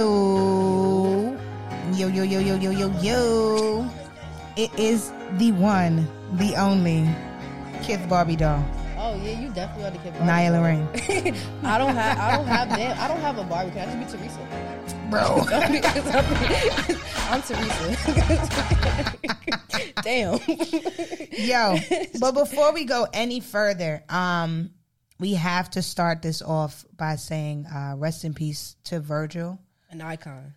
Yo, yo, yo, yo, yo, yo, yo, yo. It is the one, the only Kith Barbie doll, Oh yeah, you definitely ought to get Barbie. Nia Lorraine. I don't have I don't have that. I don't have a Barbie. Can I just be Teresa? Bro, I'm Teresa. Damn. yo. But before we go any further, um, we have to start this off by saying uh, rest in peace to Virgil. An icon.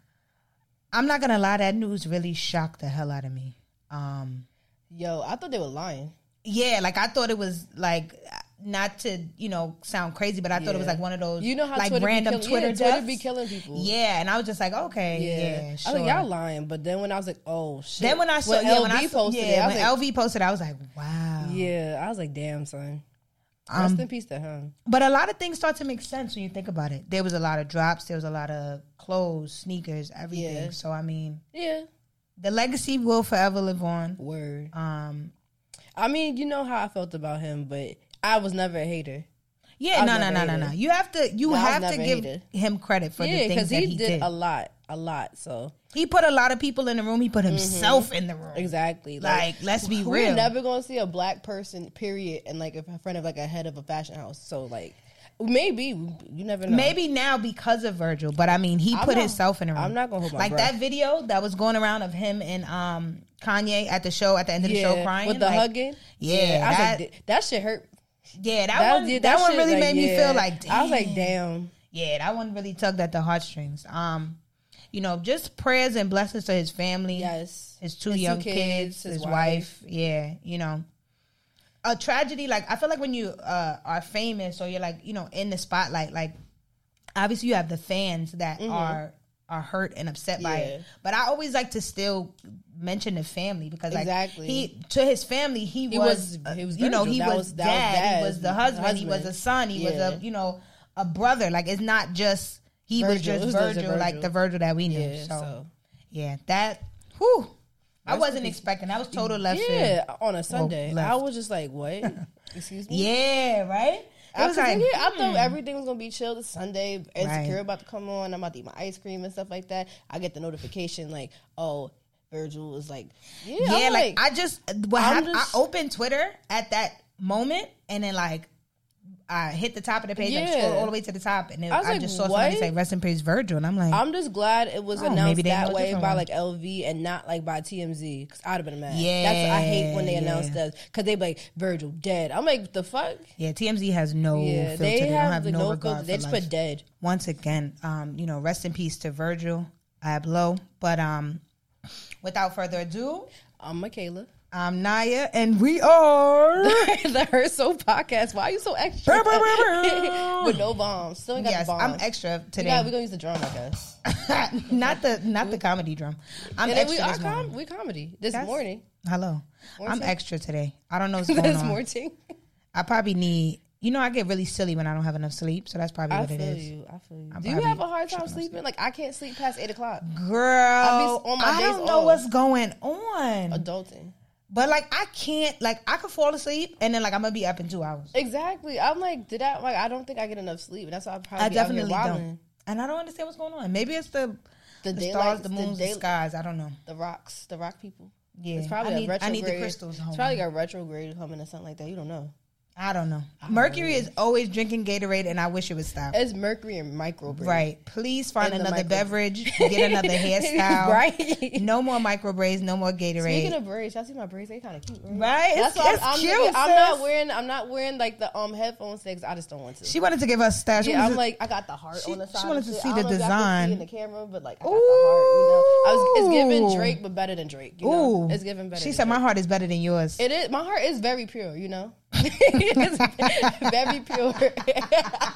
I'm not gonna lie, that news really shocked the hell out of me. Um, Yo, I thought they were lying. yeah, like I thought it was like not to you know sound crazy, but I thought it was Yeah. like one of those You know how like Twitter random be kill- Twitter yeah, deaths? Twitter be killing people. Yeah, and I was just like, okay, yeah, Yeah. sure. I was like, y'all lying. But then when I was like, oh shit. then when I saw, when yeah, LB when I saw, posted yeah, it, I was when like, LV posted, I was like, wow. yeah, I was like, damn son. Rest Um, in peace to him. but a lot of things start to make sense when you think about it. There was a lot of drops. There was a lot of clothes, sneakers, everything. Yeah. So I mean, Yeah. the legacy will forever live on. Word. Um, I mean, you know how I felt about him, but I was never a hater. yeah, I no, no, no, never no, hated. no. You have to, you I was have to never give hated. him credit for yeah, the things because that he, he did, did. a lot, a lot. So He put a lot of people in the room. He put himself in the room. Mm-hmm. exactly, Like, let's be we're real. never gonna see a black person, period, and like in front of like a head of a fashion house. So like, maybe you never know. Maybe now because of Virgil, but I mean, he I'm put not- himself in a room. I'm not gonna hold my like breath. that video that was going around of him and um Kanye at the show at the end of the yeah, show crying with the like, hugging. Yeah, I was that- like, "Th- that shit hurt. Yeah, that, That, one. did- That, one shit, really like, made me yeah. feel like I was like, damn. damn. Yeah, that one really tugged at the heartstrings. Um, you know, just prayers and blessings to his family. Yes, his two His two young kids, kids, his, his wife. Yeah, you know. A tragedy, like I feel like when you uh, are famous or you're like, you know, in the spotlight, like obviously you have the fans that are are hurt and upset by it. Mm-hmm. Yeah. But I always like to still mention the family because like Exactly. he to his family he, He was, was- uh, he was you know Virgil. he That was, was- that was dad, dad, he was the husband, he was husband. a son he Yeah. was a you know a brother like it's not just he was Virgil. just It was just a Virgil like Virgil. the Virgil that we knew Yeah, so. so. Yeah, that. Whew. I wasn't expecting. That was total left field. Yeah, on a Sunday, left. I was just like, "What? Excuse me." Yeah, right. I It was like, I thought everything was gonna be chill this Sunday. Insecure Hmm. Right. about to come on. I'm about to eat my ice cream and stuff like that. I get the notification like, oh, Virgil was like, yeah, yeah, I'm like, I just what I'm happened. just- I opened Twitter at that moment, and then like I hit the top of the page. I Yeah. scrolled all the way to the top, and then I, I was like, just saw somebody what? say "Rest in peace, Virgil," and I'm like, I'm just glad it was Oh, maybe announced they know that a way different by one. like LV and not like by TMZ because I'd have been mad. Yeah, that's I hate when they yeah. announce that because they be like Virgil dead. I'm like, the fuck? yeah, TMZ has no Yeah, filter. they, They, don't have have the no, no regard filter. They for just life. put dead. once again, um, you know, rest in peace to Virgil Abloh. But um, without further ado, I'm Michaela. I'm Naya, and we are. the Her So podcast. Why are you so extra? Brr, brr, brr, brr. With no bombs. Still ain't got Yes, the bombs. I'm extra today. Yeah, we're gonna use the drum, I guess. not the not the comedy drum. I'm And then extra we are this morning. com- we comedy this That's- morning. Hello, I'm Morning. extra today. I don't know what's going this on. morning. I probably need. You know, I get really silly when I don't have enough sleep, so that's probably I what it feel is. you. I feel you. I'm Do probably you Mm-hmm. have a hard time sleeping? Like I can't sleep past eight o'clock. Girl, on my I days don't know off. what's going on, Adulting. but like I can't. Like I could fall asleep and then like I'm gonna be up in two hours. Exactly. I'm like, did I like I don't think I get enough sleep. And that's why I probably I be out here definitely don't, wilding. and I don't understand what's going on. Maybe it's the the The, daylight, stars, the moons, the, day- skies. I don't know. the rocks, the rock people. Yeah, It's probably I a need, I retrograde. need the crystals home. It's probably got retrograde coming or something like that. You don't know. I don't know. Mercury is always drinking Gatorade, and I wish it would stop. It's Mercury and microbreed. Right. Please find In the another micro- beverage. Get another hairstyle. Right. No more micro braids. No more Speaking Gatorade. of braids, y'all see my braids? They kind of cute, right? right. That's That's why it's, I'm, I'm, cute. looking- I'm not sis. wearing. I'm not wearing like the um headphones things. I just don't want to. She wanted to give us stash. yeah, I'm like I got the heart She- on the she side. wanted and to shit. see I the don't know if y'all can design. see in the camera, but like I got the heart. You know, I was, it's Ooh. giving Drake, but better than Drake. You know? ooh. it's giving better. She than said, "My Drake. heart is better than yours." It is. My heart is very pure. You know, it's very pure.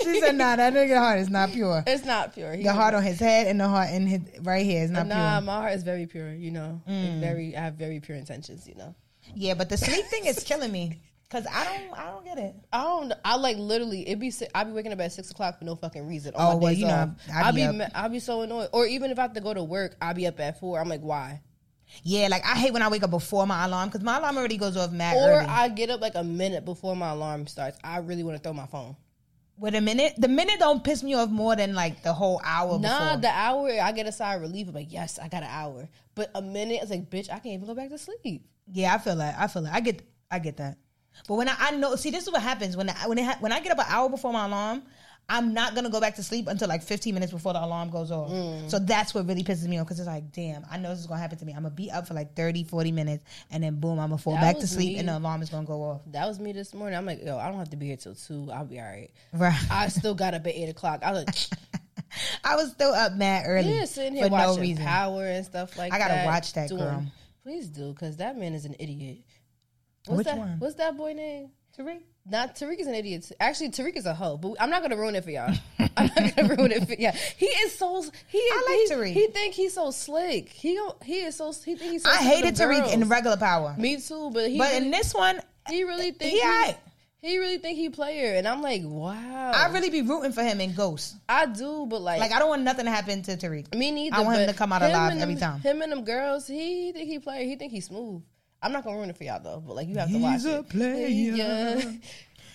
she said, "Nah, that nigga heart is not pure. it's not pure. He The heart on his head and the heart in his right here is not Nah, pure." Mm. my heart is very pure. You know, Like, very. I have very pure intentions. You know. Yeah, but the sleep thing is killing me because I don't, I don't get it. I don't. I like literally. It be. si- I be waking up at six o'clock for no fucking reason. Oh, On my well, days you know, off. I I be be. up. ma- I be so annoyed. Or even if I have to go to work, I be up at four. I'm like, why? Yeah, like I hate when I wake up before my alarm because my alarm already goes off mad Or early. I get up like a minute before my alarm starts. I really want to throw my phone. With a minute, the minute don't piss me off more than like the whole hour. Nah, before. the hour I get a sigh of relief. I'm like, yes, I got an hour. But a minute, it's like, bitch, I can't even go back to sleep. yeah, I feel that. I feel that. I get, I get that. But when I, I know, see, this is what happens when I, when it ha- when I get up an hour before my alarm, I'm not gonna go back to sleep until like 15 minutes before the alarm goes off. So that's what really pisses me off because it's like, damn, I know this is gonna happen to me. I'm gonna be up for like 30, 40 minutes, and then boom, I'm gonna fall That back to was sleep, me. and the alarm is gonna go off. That was me this morning. I'm like, yo, I don't have to be here till two. I'll be all right. Right. I still got up at eight o'clock. I was like, I was still up mad early. yeah, sitting here Mm. for watching no reason. Power and stuff like. I that. gotta watch that, doing- girl. Please do, because that man is an idiot. What's Which that, one? What's that boy name? Tariq? Not Tariq is an idiot. too. Actually, Tariq is a hoe, but I'm not gonna ruin it for y'all. I'm not gonna ruin it for y'all. He is so he. Is, I like he, Tariq. He think he's so slick. He don't- he is so he think he's. So I slick hated with the Tariq in girls. regular power, Me too, but he but really, in this one, he really think he he, aight. he really think he player, and I'm like, wow, I really be rooting for him in Ghost. I do, but like, Like I don't want nothing to happen to Tariq. me neither. I want him but to come out alive and every time. them- Him and them girls, he, he think he player. He think he's smooth. I'm not gonna ruin it for y'all though, but like you have to watch. He's a it. player. Yeah.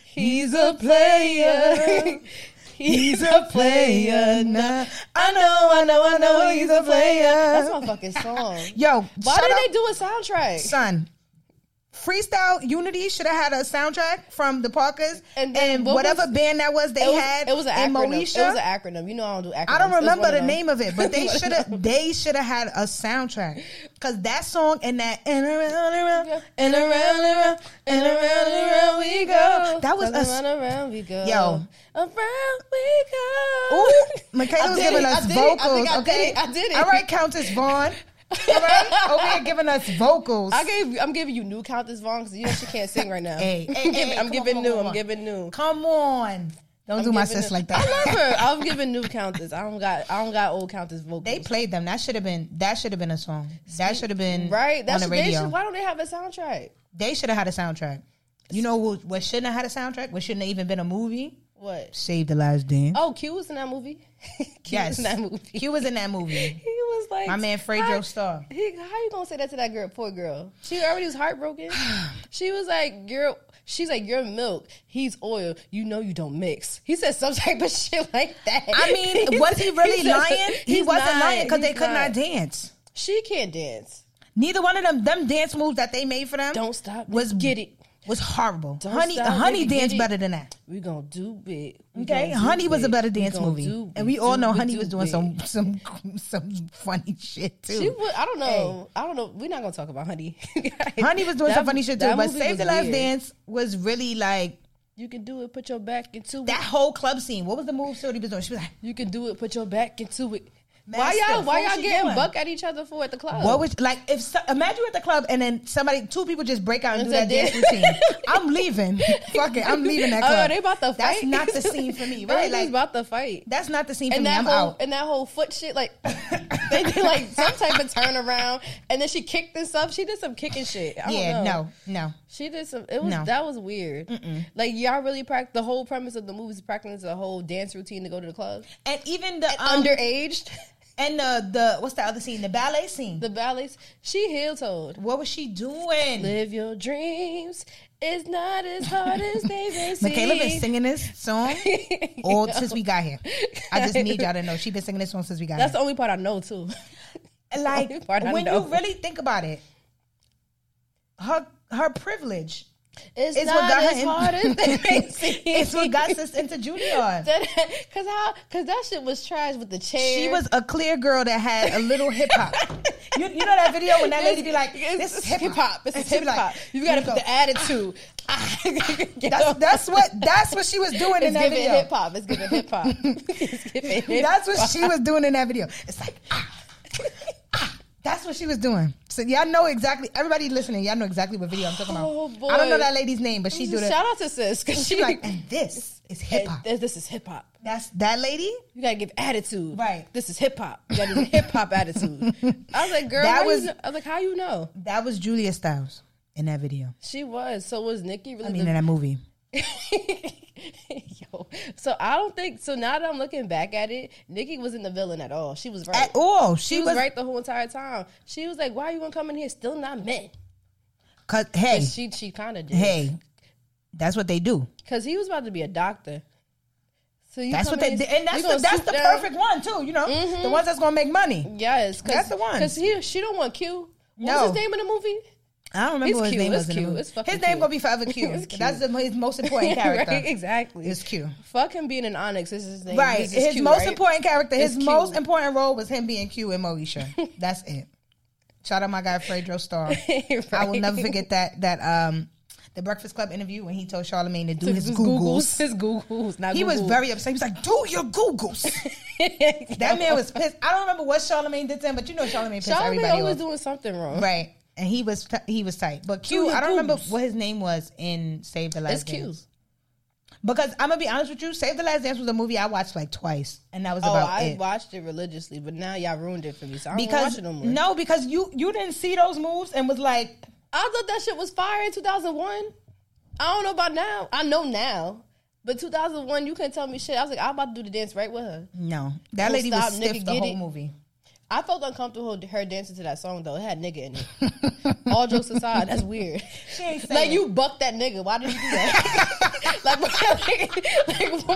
He's a player. He's a player. Nah. I know, I know, I know. He's a That's player. my fucking song. Yo, Why shut did up, they do a soundtrack? son? Freestyle Unity should have had a soundtrack from the Parkers and, And then what whatever was- band that was they It was, had it was an in acronym. Moesha. It was an acronym. You know I don't do acronyms. I don't It was remember one the them. name of it, but they It was should one of have they should have had a soundtrack because that song and that and around and Yeah. around and around and around and around and around we go. That was Cause us. around, around we go. Yo. around we go. Ooh, Michaela I was did giving it, I us did it, I vocals. think I did Okay, it, I did it. All right, Countess Vaughn. All right, Oh, over here giving us vocals. I gave. I'm giving you new Countess Vaughn because you know she can't sing right now. Hey, hey, hey, come I'm giving on, new. come on. I'm giving new. Come on, don't do my giving sis new- like that. I love her. I'm giving new Countess. I don't got. I don't got old Countess vocals. They played them. That should have been. That should have been a song. That should have been right. on That's the they radio. should, Why don't they have a soundtrack? They should have had a soundtrack. You know what, what shouldn't have had a soundtrack? What shouldn't have even been a movie? What? Save the Last Dance. Oh, Q was in that movie. Q was yes. in that movie. He was in that movie. He was like My man Fred how- Joe Starr. He, how you gonna say that to that girl? Poor girl. She already was heartbroken. she was like, "Girl, she's like, you're milk. He's oil. You know you don't mix." He said some type of shit like that. I mean, was he really said- lying? He he's wasn't lying because they He's could not. dance. She can't dance. Neither one of them, them dance moves that they made for them Don't stop. Was- Was get it. was horrible. Don't honey, stop, honey baby, get danced it. better than that. We gonna do it. We Okay, gonna do Honey was a it. better We dance gonna movie, do and it, we all do know it, Honey do was doing it. some some some funny shit too. She was, I don't know. I don't know. We're not gonna talk about Honey. Honey was doing That- some funny shit too, that but movie Save was the Last weird. Dance was really like You can do it. Put your back into it. that whole club scene. What was the move Sylvie was doing? She was like, You can do it. Put your back into it. Master, why y'all? what Why y'all she getting doing? buck at each other for at the club? "What was like? If so, imagine you at the club and then somebody, two people just break out and do that It's a dance routine. I'm leaving. Fuck it, I'm leaving that Oh, club. they about to fight. That's not the scene for me, right? Everybody's Like about to fight. that's not the scene for And me. that I'm whole out. and that whole foot shit, like they did like some type of turnaround, and then she kicked this up. She did some kicking shit. I don't Yeah, know. no, no. She did some. It was No. that was weird. Like y'all really practice the whole premise of the movie is practicing the whole dance routine to go to the club. And even the um, Underaged, Underage, and the the what's the other scene? The ballet scene. the ballets. She heel toed. what was she doing? Live your dreams. It's not as hard as they may seem. Michaela been singing this song all since we got here. I just need y'all to know she been singing this song since we got That's here. the only part I know too. And, like only part I when you know. really think about it, her her privilege. It's, It's what not got her as in- hard as they may seem. It's what got us into Junior. Cause how? Cause that shit was trash with the chair. She was a clear girl that had a little hip hop. You, you know that video when that lady be like, "This is hip hop. This is hip hop. You gotta put the attitude. that's That's that's what that's what she was doing in it's that giving video. hip hop. It's giving hip hop. it's giving hip That's what she was doing in that video. It's like, ah, ah. that's what she was doing. So y'all know exactly. Everybody listening, y'all know exactly what video I'm talking about. Oh, boy. I don't know that lady's name, but she do that. Shout out to sis. Cause She like, and this is hip hop. This this is hip hop. That's that lady. You gotta give attitude. Right. This is hip hop. You gotta do hip hop attitude. I was like, girl, That how you was- kn- I was like, how you know? That was Julia Stiles in that video. She was. So was Nikki really I mean, in that movie. the- Yo. So I don't think so now that I'm looking back at it, Nikki wasn't the villain at all. She was right. At all, she, she was, was right the whole entire time. She was like, Why you gonna come in here still not men? Cause hey, She she kinda did. hey, that's what they do. Cause he was about to be a doctor. So you That's what come they in- did, and that's you the, gonna Mm-hmm. that's sit the down. perfect one too. You know, the ones that's gonna make money. Yes, cause, That's the one. Because he she don't want Q. What No. was his name in the movie? I don't remember It's what his cute, name it's was. in the cute, movie. it's fucking his name cute. gonna be forever Q. It's cute. That's the, his most important character. right, exactly. It's Q. Fuck him being an Onyx. This is his name. Right. This is his Q, most right? important character. His It's most Q. important role was him being Q in Moesha. That's it. Shout out my guy Fredro Starr. Right. I will never forget that that um the Breakfast Club interview when he told Charlemagne to do his His Googles. His Googles. Not He was Google. very upset. He was like, "Do your Googles." that man was pissed. I don't remember what Charlemagne did to him, but you know Charlemagne pissed Charlamagne everybody always off, doing something wrong. right? And he was he was tight. But Do Q, your I don't remember Googles. what his name was in Save the Last It's Dance. Q. Because I'm gonna be honest with you, Save the Last Dance was a movie I watched like twice, and that was Oh, about I it. watched it religiously, but now y'all ruined it for me. So I don't watch Because it no more. no, because you you didn't see those moves and was like, I thought that shit was fire in 2001. I don't know about now. I know now. But 2001, you couldn't tell me shit. I was like, I'm about to do the dance right with her. no, that Don't lady stop, was nigga, stiff the get whole it. movie. I felt uncomfortable with her dancing to that song, though. It had nigga in it. All jokes aside, that's weird. She ain't Like, saying. you bucked that nigga. Why did you do that? like, like, like,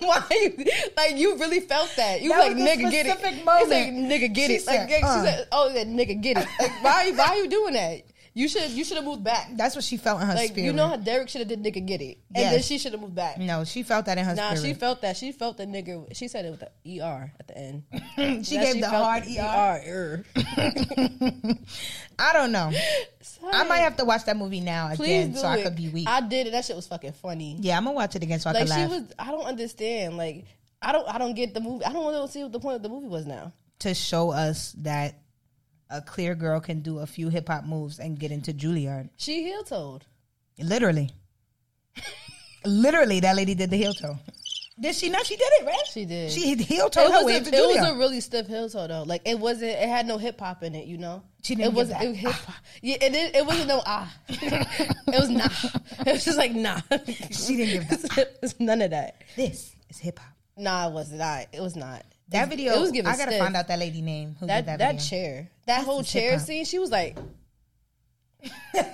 why you, like, you really felt that. You That was like, was the nigga, get it. specific It's moment. like, nigga, get She it. Like, said, yeah, uh. she said, oh, that nigga, get it. Like, why, why are you doing that? You should you should have moved back. That's what she felt in her Like spirit. you know how Derek should have did nigga get it, and then Yes. she should have moved back. no, she felt that in her Nah, she spirit. felt that. She felt the nigga. She said it with the er at the end. She, That gave the felt hard ER. ER. I don't know. Sorry. I might have to watch that movie now Please again do so I it. could be weak. I did it. That shit was fucking funny. yeah, I'm gonna watch it again so I like can she laugh. was. I don't understand. Like I don't. I don't get the movie. I don't want to see what the point of the movie was now. to show us that a clear girl can do a few hip hop moves and get into Juilliard. She heel toed. Literally. Literally, that lady did the heel toe. Did she not? She did it, right? She did. She heel it toe her way was, into a, it was Juilliard. a really stiff heel toe though. Like it wasn't. It had no hip hop in it. You know. She didn't It get wasn't that. it hip hop. Yeah, it, did, it wasn't no ah. it was nah. It was just like nah. she didn't give that. it's none of that. This is hip hop. Nah, it was not. It was not. That video, it was giving I gotta stiff. find out that lady name who That did that, that, video. chair, that some whole hip chair hop. scene. She was like, Er,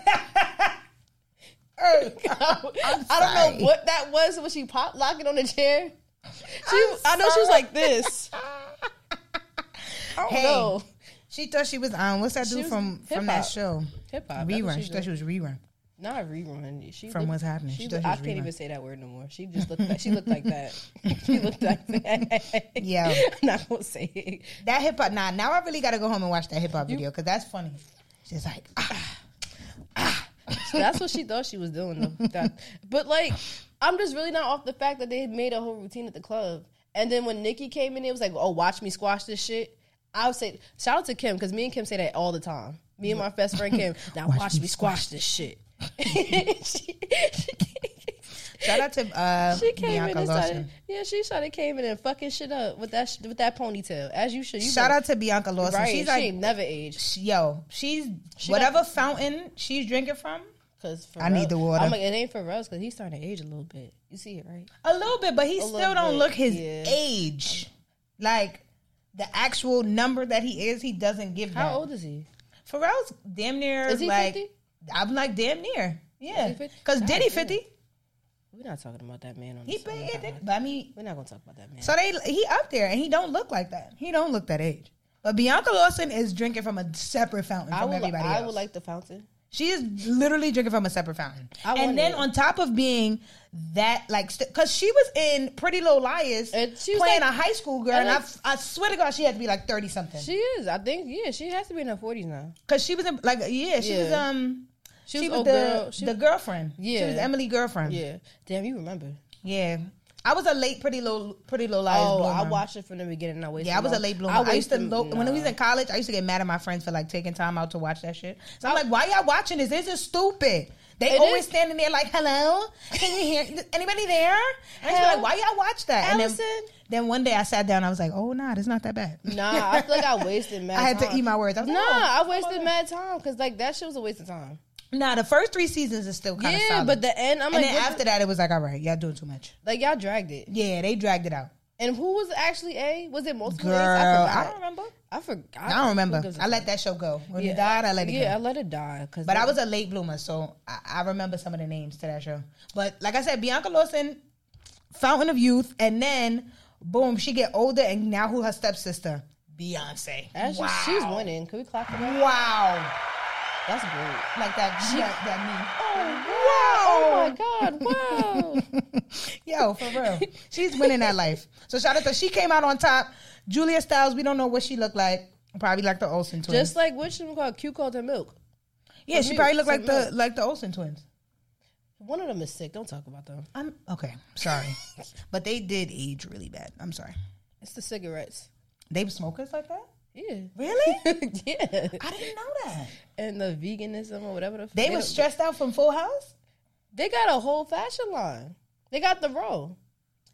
I don't sorry. know what that was when she pop locking on the chair. She, I know she was like this. I don't Hey, know. She thought she was on. What's that She dude was from from that hip-hop. show? Hip hop that's what Rerun. She She thought she was rerun. not rerun. She From looked- What's Happening. She, She thought looked- she I was can't rerun. even say that word no more. She just looked. Like, she looked like that. she looked like that. Yeah. I'm not gonna say it. That hip hop. Nah, now I really gotta go home and watch that hip hop video because that's funny. She's like, ah, That's what she thought she was doing. Though. That- but like, I'm just really not off the fact that they had made a whole routine at the club. And then when Nikki came in, it was like, oh, watch me squash this shit. I would say, shout out to Kim because me and Kim say that all the time. Me and my best friend Kim, now watch, me squash this shit. she, she, shout out to uh, she came in Bianca and started, Lawson. yeah, she started came in and fucking shit up with that sh- with that ponytail as you should. You Shout been- out to Bianca Lawson. right? She's she like, ain't never aged. she- yo, she's She whatever fountain she's drinking from. Cause I need Pharrell- the water. I'm like, it ain't for Rose because he's starting to age a little bit. You see it, right? A little bit, but he little still don't bit, look his yeah. age. Like the actual number that he is, he doesn't give How that. old is he? Pharrell's damn near Is he like 50? I'm like damn near. Yeah, 50? because God Diddy damn. fifty. We're not talking about that man on He this. big, We're yeah, not- Diddy. but I mean, We're not gonna talk about that man. so they he up there and he don't look like that. He don't look that age. But Bianca Lawson is drinking from a separate fountain I from would, li- everybody I else. would like the fountain. She is literally drinking from a separate fountain. I want and then it. on top of being that, like, because she was in Pretty Little Liars And she was playing like- a high school girl, and and, I f I I, swear to God, she had to be like thirty something. She is. I think. Yeah, she has to be in her forties now. Because she was in, like, yeah, she was Yeah. um, She she was, was old the girl. She the was- girlfriend. she Yeah. was Emily girlfriend. Yeah. Yeah. Damn, you remember? I was a late Pretty Little Pretty Little Liars. Oh, I bloomer. watched it from the beginning. I waited. Yeah, I was a late bloomer. I, used to, lo- when I was in college, I used to get mad at my friends for like taking time out to watch that shit. So I'm like, why y'all watching this? This is stupid. They It always is. standing there like, hello, can you hear anybody there? And I used to be like, Hello? why y'all watch that? And then, Allison? then one day I sat down, I was like, oh nah, it's not that bad. Nah, I feel like I wasted mad. I had to time. eat my words. I was Nah, like, I oh, wasted mad time because like that shit was a waste of time. nah. The first three seasons is still kind of yeah, solid. but the end, I'm and like, then what after the- that, it was like, all right, y'all doing too much. like y'all dragged it. Yeah, they dragged it out. And who was actually A? Was it multiple Girl, A's? I, I don't forgot. remember. I forgot. I don't remember. Who gives a I let that show go. When it died, I let it go. yeah, I let it die. Cause But I was a late bloomer, so I, I remember some of the names to that show. But like I said, Bianca Lawson, Fountain of Youth, and then boom, she get older and now who her stepsister? Beyonce. Actually, wow. she's winning. Can we clap for that? Wow. That's great. Like that she, that, that meme. Oh, wow. Oh, my God. Wow. Yo, for real. She's winning that life. So shout out to she came out on top. Julia Styles, we don't know what she looked like. Probably like the Olsen twins. Just like what should we call it? Q called her milk. yeah, she me, probably looked same like the look. like the Olsen twins. One of them is sick. Don't talk about them. I'm okay, sorry. but they did age really bad. I'm sorry. It's the cigarettes. They were smokers like that? Yeah. Really? yeah. I didn't know that. And the veganism or whatever the f- They were don't- stressed out from Full House? They got a whole fashion line. They got the roll.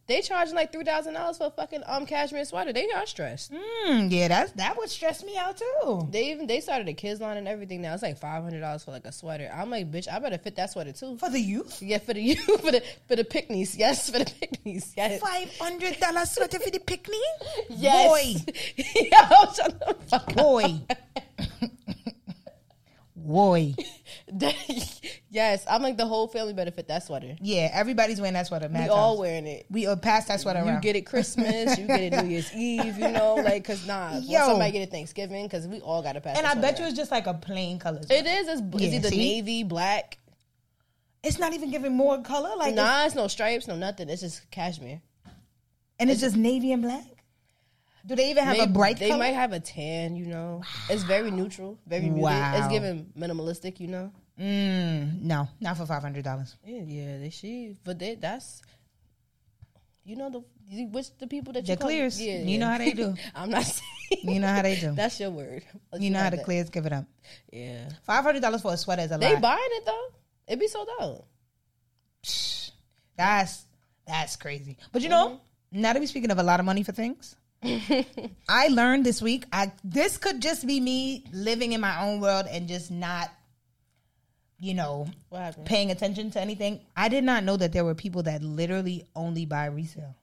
They charging like three thousand dollars for a fucking um cashmere sweater. They are stressed. Mm, yeah, that's that would stress me out too. They even they started a kids line and everything. Now it's like five hundred dollars for like a sweater. I'm like, bitch, I better fit that sweater too. For the youth? Yeah, for the you for the for the picnics. Yes, for the picnics. Yes. Five hundred dollar sweater for the picnic? Yes. Yo, shut the fuck up. Boy. Boy. yes, I'm like the whole family better fit that sweater. Yeah, everybody's wearing that sweater. We Mad all all wearing it. we uh, pass that sweater You around. get it Christmas, you get it New Year's Eve, you know, like cause nah, when Yo. somebody get it Thanksgiving, cause we all gotta pass. and that I bet you sweater it's just like a plain color. around. it is. It's, it's Yeah, either see? navy, black. It's not even giving more color, like, it's- Nah, it's no stripes, no nothing. It's just cashmere. and it's just navy and black. Do they even have a Maybe- bright they color? might have a tan, you know. It's very neutral, very muted. Wow. It's given minimalistic, you know. mm, no, not for five hundred dollars. Yeah, yeah, they she, but they that's you know the you- which the people that The you call- clears, Yeah, you know yeah. how they do. I'm not saying You know how they do. that's your word. You know how the that. clears give it up. Yeah, Five hundred dollars for a sweater is a they lot. buying it though. It be sold out. Psh, That's that's crazy. But you Mm-hmm. know, now that we're speaking of a lot of money for things, I learned this week. I this could just be me living in my own world and just not, you know, What happened? paying attention to anything. I did not know that there were people that literally only buy resale.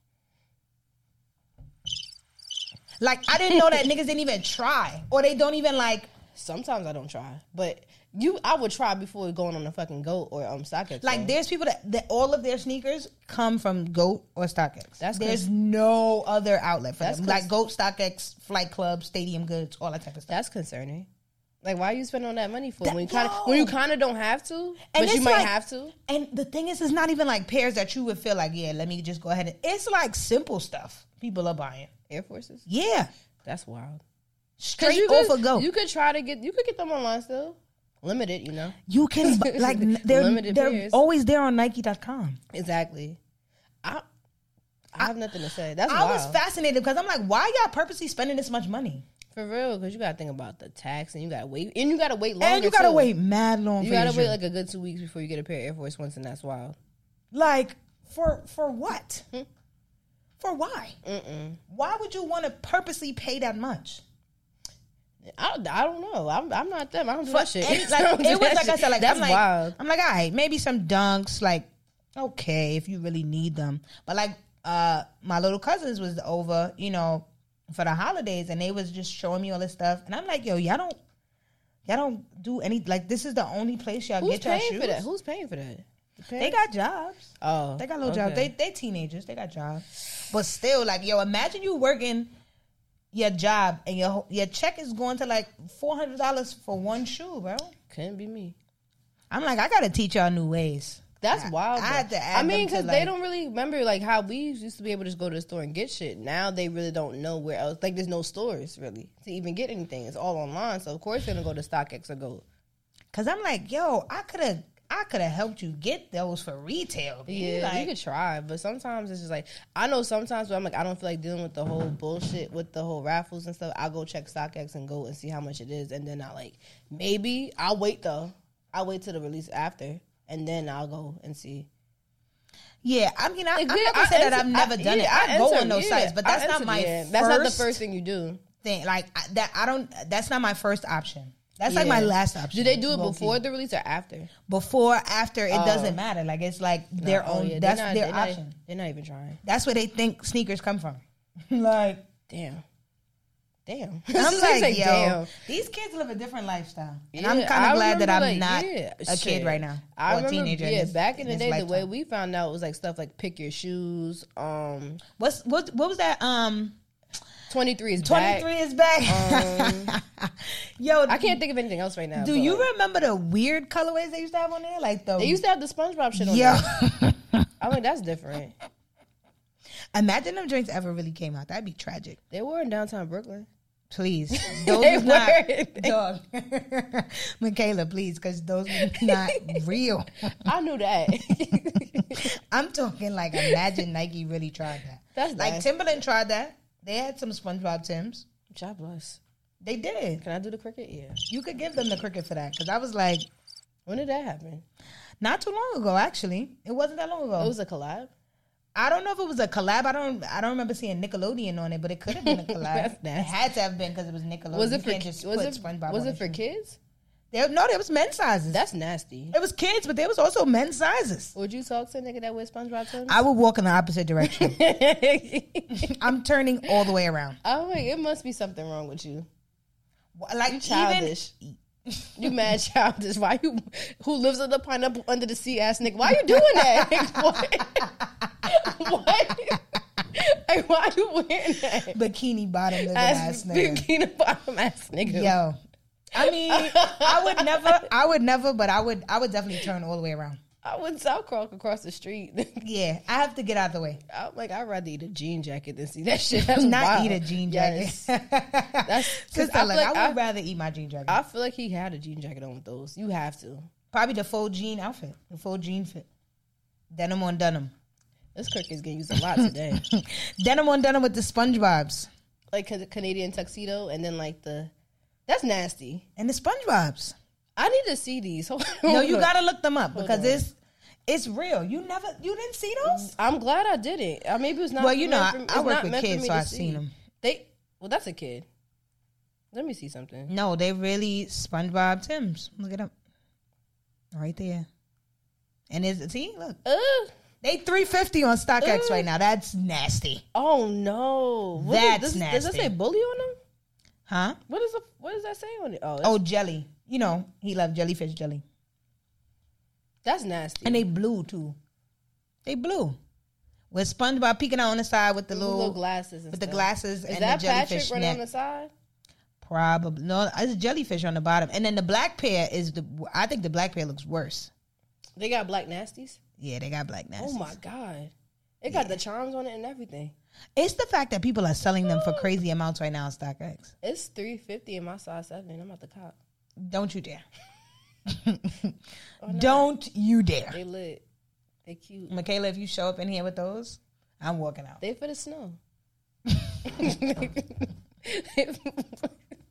Like I didn't know that niggas didn't even try, or they don't even like. Sometimes I don't try, but you, I would try before going on a fucking goat or um StockX. Like sale. there's people that, that all of their sneakers come from Goat or StockX. That's 'cause- there's no other outlet for That's them. 'cause- Like Goat, StockX, Flight Club, Stadium Goods, all that type of stuff. that's concerning. Like why you spend all that money for That- when you kind of yo. when you kind of don't have to, but you it's might like- have to. And the thing is, it's not even like pairs that you would feel like, yeah, let me just go ahead and. It's like simple stuff people are buying. Air Forces. Yeah, That's wild. 'Cause straight you off could, of Goat. You could try to get you could get them online still, limited. You know You can bu- like n- they're Limited they're pairs. always there on Nike.com. exactly. I I have nothing to say. That's I was wild. fascinated because I'm like, why y'all purposely spending this much money? for real because you got to think about the tax and you got to wait and you got to wait longer. And you gotta too. wait mad long. You for got to your wait shoe. like a good two weeks before you get a pair of Air Force Ones, and that's wild. like for for what? for why? Hmm. Mm-mm. Why would you want to purposely pay that much? I, I don't know. I'm, I'm not them. I don't do that shit. And, I don't like, do it was that like I shit. said, like that's I'm like, wild. I'm like, all right, maybe some dunks, like okay, if you really need them. But like, uh, my little cousins was over, you know, for the holidays, and they was just showing me all this stuff, and I'm like, yo, y'all don't, y'all don't do any like this is the only place y'all Who's get y'all paying shoes. for that? Who's paying for that? The They parents? got jobs. oh, They got little okay. jobs. They they teenagers. They got jobs. But still, like yo, imagine you working your job and your your check is going to like four hundred dollars for one shoe, bro. couldn't be me. I'm like, I gotta teach y'all new ways. That's I- wild. I had though. to add I mean, them to, because they like- don't really remember like how we used to be able to just go to the store and get shit. Now they really don't know where else. Like, there's no stores really to even get anything. It's all online, so of course they're gonna go to StockX or go. Cause I'm like, yo, I could have I could have helped you get those for retail. B. Yeah, Like, you could try, but sometimes it's just like I know sometimes when I'm like I don't feel like dealing with the whole bullshit with the whole raffles and stuff. I'll go check StockX and go and see how much it is, and then I like maybe I'll wait though. I'll wait till the release after, and then I'll go and see. yeah. I mean, I, Like, I'm yeah, not gonna I say enter- that I've never done yeah, it. I, go enter- on those yeah, sites, but I that's not enter- my. yeah, first That's not the first thing you do. thing. Like I, that, I don't. That's not my first option. That's like my Yeah. last option. Do they do it low-key. before the release or after? Before, after, it doesn't matter. Like it's like their Oh, own. yeah, that's they're not- their they're not- option. they're not even trying. That's where they think sneakers come from. like Damn. damn. And I'm She's like, yo, these kids live a different lifestyle, and I'm Yeah, kind I of glad that I'm remember, like, not yeah, a kid shit. right now I or remember, a teenager. in Yeah, this- back in the this day, the way lifetime. we found out was like stuff like pick your shoes. Um, what's what what was that? Um, twenty three is twenty back. Um, three is back. yo, I can't think of anything else right now. Do but, you like, remember the weird colorways they used to have on there? Like the they used to have the SpongeBob shit on. yo. there. I'm like, that's different. Imagine them drinks ever really came out. That'd be tragic. They were in downtown Brooklyn. Please, those They was not weren't. dog. Michaela, please, because those were not real. I knew that. I'm talking like imagine Nike really tried that. That's like nice. Timberland tried that. They had some SpongeBob Tims. God bless. They did. Can I do the cricket? Yeah. You could give them the cricket for that because I was like, When did that happen? not too long ago. Actually, it wasn't that long ago. It was a collab. I don't know if it was a collab. I don't. I don't remember seeing Nickelodeon on it, but it could have been a collab. That's it nasty. had to have been because it was Nickelodeon. Was You it for can't was just put SpongeBob it was on it for kids? There, no, there was men's sizes. That's nasty. it was kids, but there was also men's sizes. Would you talk to a nigga that wears SpongeBob tims? I would walk in the opposite direction. I'm turning all the way around. I'm like, it must be something wrong with you. Like You childish. Even, You mad childish? Why you? Who lives in the pineapple under the sea ass nigga? Why you doing that? What? what? Like, why you wearing that? bikini bottom looking ass Ass, nigga. bikini bottom ass nigga. Yo, I mean, I would never. I would never, but I would. I would definitely turn all the way around. I would south crock across the street. Yeah, I have to get out of the way. I'm like, I'd rather eat a jean jacket than see that shit. That's Not wild. eat a jean jacket. Yes. That's just- because I I, like, feel like I would I- rather eat my jean jacket. I feel like he had a jean jacket on with those. You have to. Probably the full jean outfit, the full jean fit. Denim on denim. This Kirk is getting used a lot today. denim on denim with the SpongeBob's like ca- Canadian tuxedo, and then like the. That's nasty. and the SpongeBob's. I need to see these. Hold No, on. you gotta look them up because Oh, on. it's it's real. You never you didn't see those. I'm glad I did it. Uh, maybe it's not. Well, you know, meant I- for- I it's work not with meant for kids, me so to I've see. seen 'em. They. Well, that's a kid. Let me see something. No, they really SpongeBob Tim's. Look it up, right there. And is see look Ugh. they three fifty on StockX Ugh. right now. That's nasty, Oh no! What That's is, this, Does nasty. that say bully on them? huh? What is the? What does that say on it? Oh, that's, Oh jelly, you know he loved jellyfish jelly, that's nasty. and they blue too. They blue with SpongeBob peeking out on the side with the Those little, little glasses. And with the stuff. glasses Is and the that jellyfish Patrick right neck. on the side? Probably no. It's jellyfish on the bottom, and then the black pair is the. I think the black pair looks worse. They got black nasties. Yeah, they got black Oh nasty. my god! It got the charms on it and everything. It's the fact that people are selling them for crazy amounts right now on StockX. It's three fifty in my size seven. I'm at the cop. Don't you dare! Oh, Don't you dare, They lit. They cute. Michaela. If you show up in here with those, I'm walking out. They for the snow.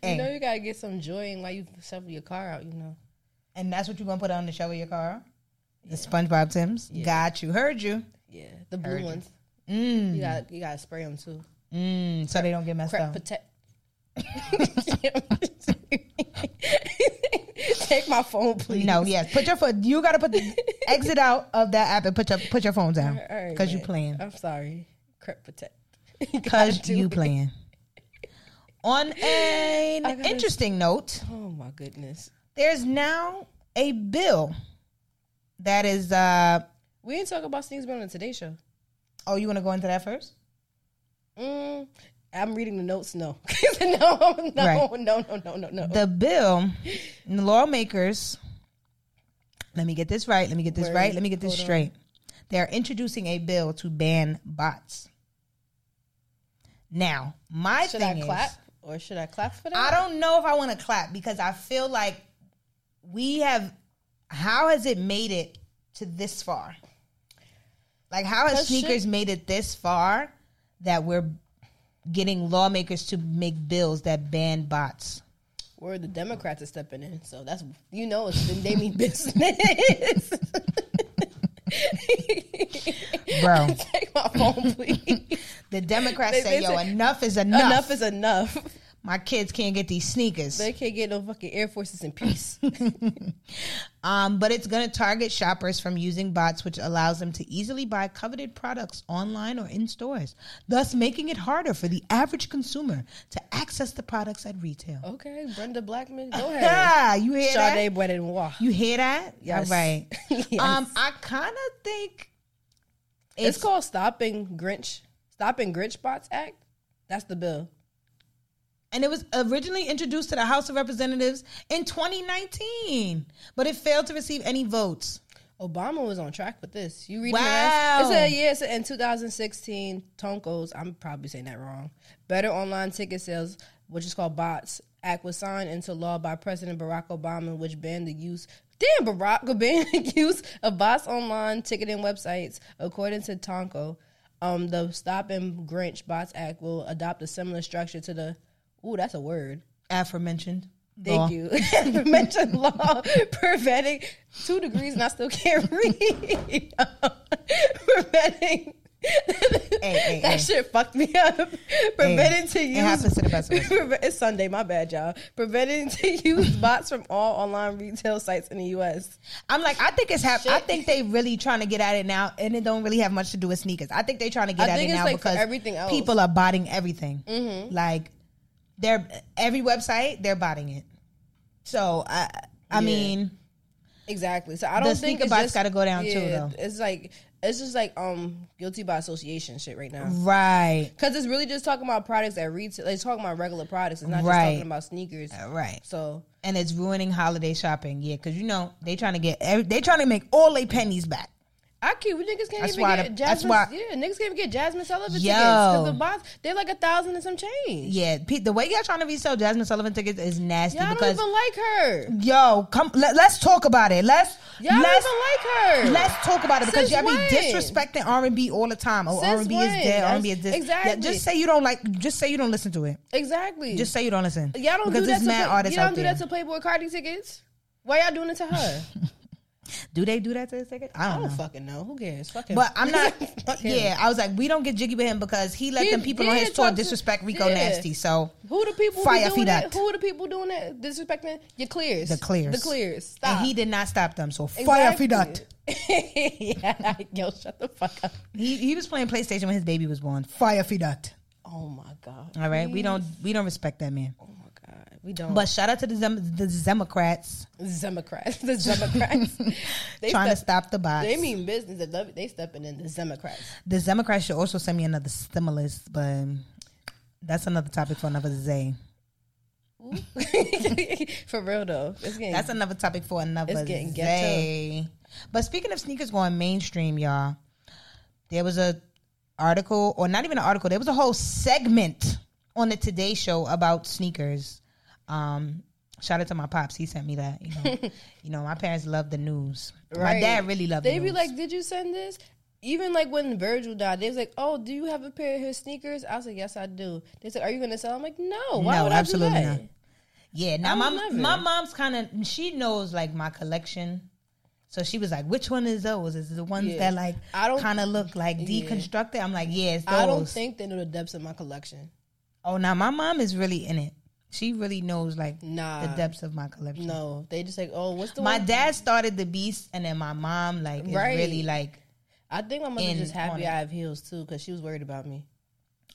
You know you gotta get some joy in while you shovel your car out. You know. And that's what you're gonna put on the show of your car. The SpongeBob Tim's. Got you. Heard you. Yeah, the blue ones. You got you got to spray them too. Mm, so they don't get messed Crap, up. protect. Take my phone, please. No, yes. Put your foot. You gotta put the exit out of that app and put your put your phone down All right, because you man. playing. I'm sorry. Crap, protect. Gotta Cause do you it. playing. On I an gotta- interesting note, Oh my goodness. there's now a bill that is. Uh, We didn't talk about things been on Today Show. oh, you want to go into that first? Mm, I'm reading the notes. No, no, no, Right. no, no, no, no, no. The bill, the lawmakers. Let me get this right. Let me get this Word. right. Let me get this Hold on. straight. They are introducing a bill to ban bots. Now, my Should thing I is, clap or should I clap for I that? don't know if I want to clap because I feel like we have. How has it made it to this far? Like, how has Cause shit- sneakers made it this far that we're getting lawmakers to make bills that ban bots? Where the Democrats are stepping in, so that's you know it's been they mean business. Bro, Take my phone, please. the Democrats They- say, they yo, say- enough is enough. enough is enough. My kids can't get these sneakers. They can't get no fucking Air Forces in peace. Um, but it's going to target shoppers from using bots, which allows them to easily buy coveted products online or in stores, thus making it harder for the average consumer to access the products at retail. okay, Brenda Blackman, go ahead. Yeah, you hear that? Sade Bread and Noir. You hear that? Yes. All right. Yes. Um, I kind of think It's, called Stopping Grinch. Stopping Grinch Bots Act. That's the bill. and it was originally introduced to the House of Representatives in 2019, but it failed to receive any votes. Obama was on track with this. You read the Wow. rest. It said, yeah, it said in 2016, Tonko's, I'm probably saying that wrong, Better Online Ticket Sales, which is called BOTS, Act was signed into law by President Barack Obama, which banned the use, damn, Barack, banned the use of bots online ticketing websites, according to Tonko. Um, the Stop and Grinch Bots Act will adopt a similar structure to the, ooh, that's a word. Aforementioned. Thank law. you. Mention law preventing two degrees and I still can't read. preventing. hey, that hey. shit fucked me up. Preventing to it use. happens to the best of us. Preve- It's Sunday, my bad, y'all. Preventing to use bots from all online retail sites in the U.S. I'm like, I think it's happening. I think they really trying to get at it now, and it don't really have much to do with sneakers. I think they trying to get I at think it it's now like for because everything else. Mm-hmm. people are botting everything. Like, they're every website they're botting it. So I, I Yeah. mean, Exactly. So I don't think sneaker it's bots just- gotta go down too, though. It's like it's just like um guilty by association shit right now. right, Because it's really just talking about products that retail. It's talking about regular products. It's not Right. just talking about sneakers. right, So and it's ruining holiday shopping. Yeah, because you know they trying to get every, they trying to make all their pennies back. I can't. We niggas can't That's even why get the- Jasmine. that's why- yeah, niggas can't even get Jasmine Sullivan Yo. tickets because the bots they're like a thousand and some change. Yeah, Pete, the way y'all trying to resell Jasmine Sullivan tickets is nasty Y'all don't because even like her. yo, come let, us talk about it. Let's Y'all let's don't even like her. Let's talk about it because Since y'all be when? disrespecting R and B all the time. Oh, R Since and B is when? dead. R and B is this. Yeah, Exactly. just say you don't like. Just say you don't listen to it. exactly. Just say you don't listen. y'all don't do because that. there's To mad play, artists y'all don't out do there. that to Playboy Cardi tickets. Why y'all doing it to her? do they do that to this ticket? I I don't don't know. fucking know. Who cares? Fuck him. But I'm not. uh, Fuck him. yeah, I was like, we don't get jiggy with him because he let He them people on did his tour talk to- disrespect Rico yeah. Nasty. So Who the people who Fire doing feed that? act. Who are the people doing that? Disrespecting your clears. The clears. The clears. Stop. and he did not stop them. So fire Exactly. Fidat. yeah. Yo, shut the fuck up. He he was playing PlayStation when his baby was born. Fire Fidat. Oh my god. All right, we don't we don't respect that man. Oh my god. We don't. But shout out to the Dem- the Democrats Democrats. The Democrats. they trying to step- stop the bots. They mean business. They love it. They stepping in the Democrats. The Democrats should also send me another stimulus, but that's another topic for another day. For real though, it's getting That's another topic for another It's getting ghetto. day. But speaking of sneakers going mainstream, y'all, there was a article, or not even an article, there was a whole segment on the Today Show about sneakers. Um, shout out to my pops, he sent me that. You know, you know my parents love the news. My Right. dad really loved. They the be news. like, "Did you send this?" Even like when Virgil died, they was like, "Oh, do you have a pair of his sneakers?" I was like, "Yes, I do." They said, "Are you gonna sell?" I'm like, "No, why No, would I absolutely do not. that?" Yeah, now I my would love my it. mom's kind of she knows like my collection, so she was like, "Which one is those? Is it the ones Yeah. that like I don't- kind of look like deconstructed?" I'm like, "Yeah, it's those." I don't think they know the depths of my collection. oh, now my mom is really in it. She really knows like Nah, the depths of my collection. no, they just like, "Oh, what's the My one?" dad started the beast, and then my mom like is Right. really like, I think my mother's in just on happy it. I have heels too because she was worried about me.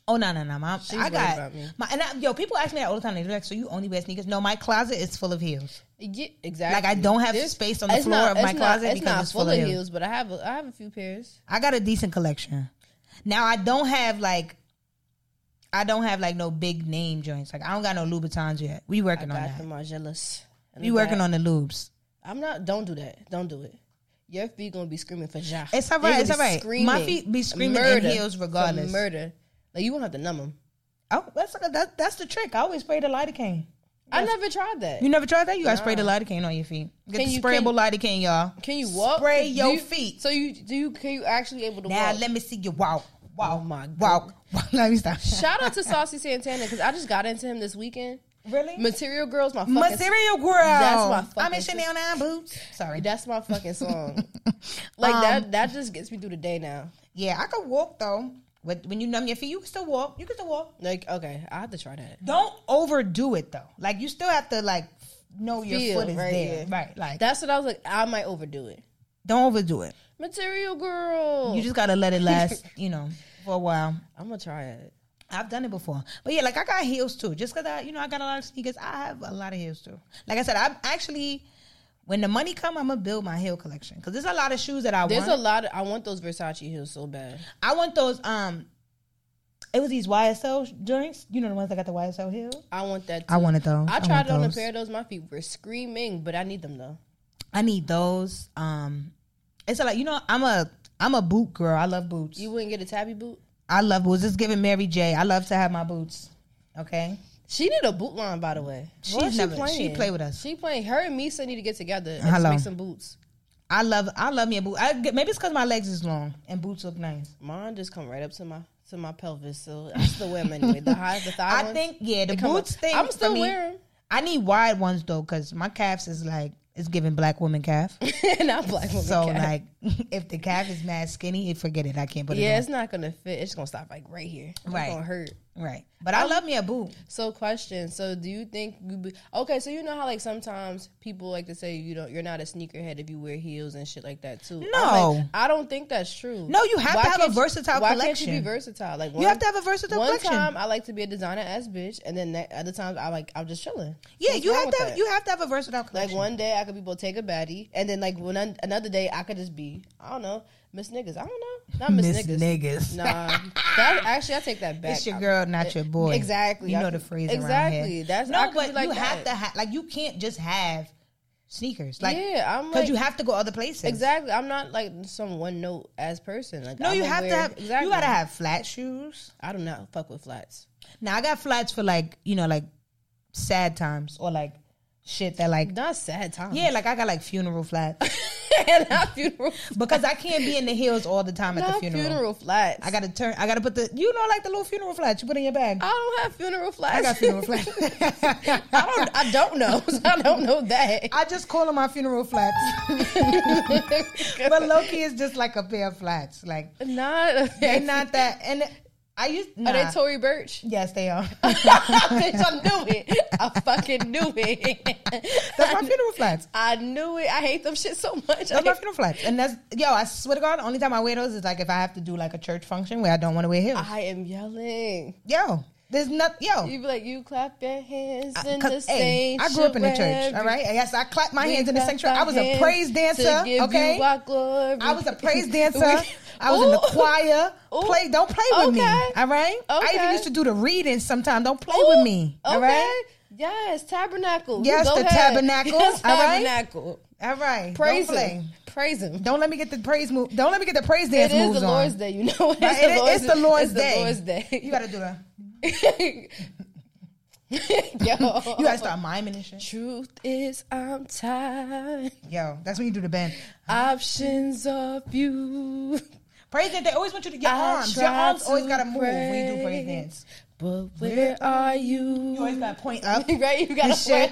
"Oh no, no, no, mom, I worried got about me. my and I, yo." People ask me that all the time. They're like, "So you only wear sneakers?" No, my closet is full of heels. Yeah, exactly. Like I don't have There's- space on the it's floor not- of my it's closet Not, it's because not it's full of heels. heels, but I have a, I have a few pairs. I got a decent collection. Now I don't have like I don't have like no big name joints. Like I don't got no Louboutins yet. We I working on got that. them. I'm jealous. We working on the lubes. I'm not. Don't do that. Don't do it. Your feet gonna be screaming for Jah. It's all They right, gonna it's be all right. My screaming feet be screaming in murder heels for regardless. Murder. Like you won't have to numb them. Oh, that's that, that's the trick. I always spray the lidocaine. I never tried that. You never tried that? You got to spray the lidocaine on your feet. Get Can the you- sprayable lidocaine, y'all. Can you walk? Spray Do your you- feet. So you do you can you actually able to Now walk? let me see you wow. Wow. Oh, my Wow. Let me stop. Shout out to Saucy Santana because I just got into him this weekend. Really? Material Girls, my fucking Material girl. That's my I'm in fucking Chanel 9 boots. Sorry. Um, That's my fucking song. like that that just gets me through the day now. Yeah, I could walk though. With, when you numb your feet, you can still walk. You can still walk. Like, okay, I have to try that. Don't overdo it though. Like you still have to like f- know your Feel, foot is right, there, yeah. right? Like That's what I was like. I might overdo it. don't overdo it. Material girl. You just gotta let it last, you know, for a while. I'm gonna try it. I've done it before, but yeah, like I got heels too. Just cause I, you know, I got a lot of sneakers. I have a lot of heels too. Like I said, I'm actually when the money come, I'm gonna build my heel collection because there's a lot of shoes that I There's want. a lot. Of, I want those Versace heels so bad. I want those. Um, it was these YSL joints. You know the ones that got the YSL heels. I want that. Too. I wanted those. I tried want it on those. a pair of those. My feet were screaming, but I need them though. I need those. Um, it's like you know, I'm a I'm a boot girl. I love boots. You wouldn't get a tabby boot. I love boots. It's giving Mary J. I love to have my boots. Okay, She did a boot line, by the way. She's What is never- she play with us. She playing. Her and Misa need to get together and just Hello. make some boots. I love I love me a boot. I, maybe it's because my legs is long and boots look nice. Mine just come right up to my to my pelvis, so I still wear them anyway. The high, the thigh. I ones, think yeah, the they come up. boots thing. I'm for still me- wearing, I need wide ones though, because my calves is like it's giving black woman calf. and I'm black woman. So cat. like, if the calf is mad skinny, it- forget it. I can't put yeah, it it's not gonna fit. It's gonna stop like right here. It's Right. gonna hurt. on. Right, but I love me a boot. So question. So do you think you be okay? So you know how like sometimes people like to say you don't you're not a sneakerhead if you wear heels and shit like that too. I'm No. like, I don't think that's true. No, you have to have a can't you- versatile why can't you collection. be versatile? Like one, You have to have a versatile one collection. time I like to be a designer ass bitch, and then that, other times I like I'm just chilling. yeah, What's you wrong have with to have, that? you have to have a versatile Like collection. one day I could be Bottega Baddie, and then like when I, another day I could just be I don't know Miss Niggas. I don't know, not Miss Miss Niggas. niggas. Nah, that, actually I take that back. It's your girl, not your boy. Exactly. You I know could- the phrase around exactly. here. That's- I no, could but be like you have that. to have like you can't just have sneakers. Like yeah, I'm because like you have to go other places. exactly. I'm not like some one note ass person. Like No, I'm you gonna have to wear- have. exactly. You gotta have flat shoes. I do not fuck with flats. Now I got flats for like you know like sad times or like shit that like Not sad times. yeah like I got like funeral flats not funeral. because I can't be in the heels all the time at Not the funeral. funeral, flats. I gotta turn. I gotta put the you know like the little funeral flats you put in your bag. I don't have funeral flats. I got funeral flats. I don't. I don't know. I don't know that. I just call them my funeral flats. but Loki is just like a pair of flats. Like not. they're not that. And I used. Nah. Are Oh, they Tory Burch? yes, they are. Bitch, I knew it. I fucking knew it. That's my funeral flats. I knew it. I hate them shit so much. That's my funeral flats. And that's yo. I swear to God, the only time I wear those is like if I have to do like a church function where I don't want to wear heels. I am yelling. Yo, there's not yo. Uh-huh. You be like, you clap your hands in the 'cause, hey, I grew up in the church. All right. Yes, I clapped my hands in the sanctuary. I was a praise dancer. Okay. I was a praise dancer. I was in the choir. Ooh. Play, don't play with me. Okay. All right. I even Okay. used to do the reading sometimes. Don't play with me. All right. Yes, tabernacle. You Yes, go the ahead. tabernacle, Yes, all right? tabernacle. All right. Praise don't him. play. Praise him. Don't let me get the praise move. Don't let me get the praise It dance is moves the on. Lord's day, you know. It's, Right? It- it's the Lord's day. It's the Lord's You day. gotta do that. Yo, You gotta start miming and shit. Truth is, I'm tired. Yo, that's when you do the band. Options of you, Praise dance. They always want you to your I arms. Your try arms to always gotta move when you do pray. praise dance. but where are you? You always gotta point up. right, you gotta and shit.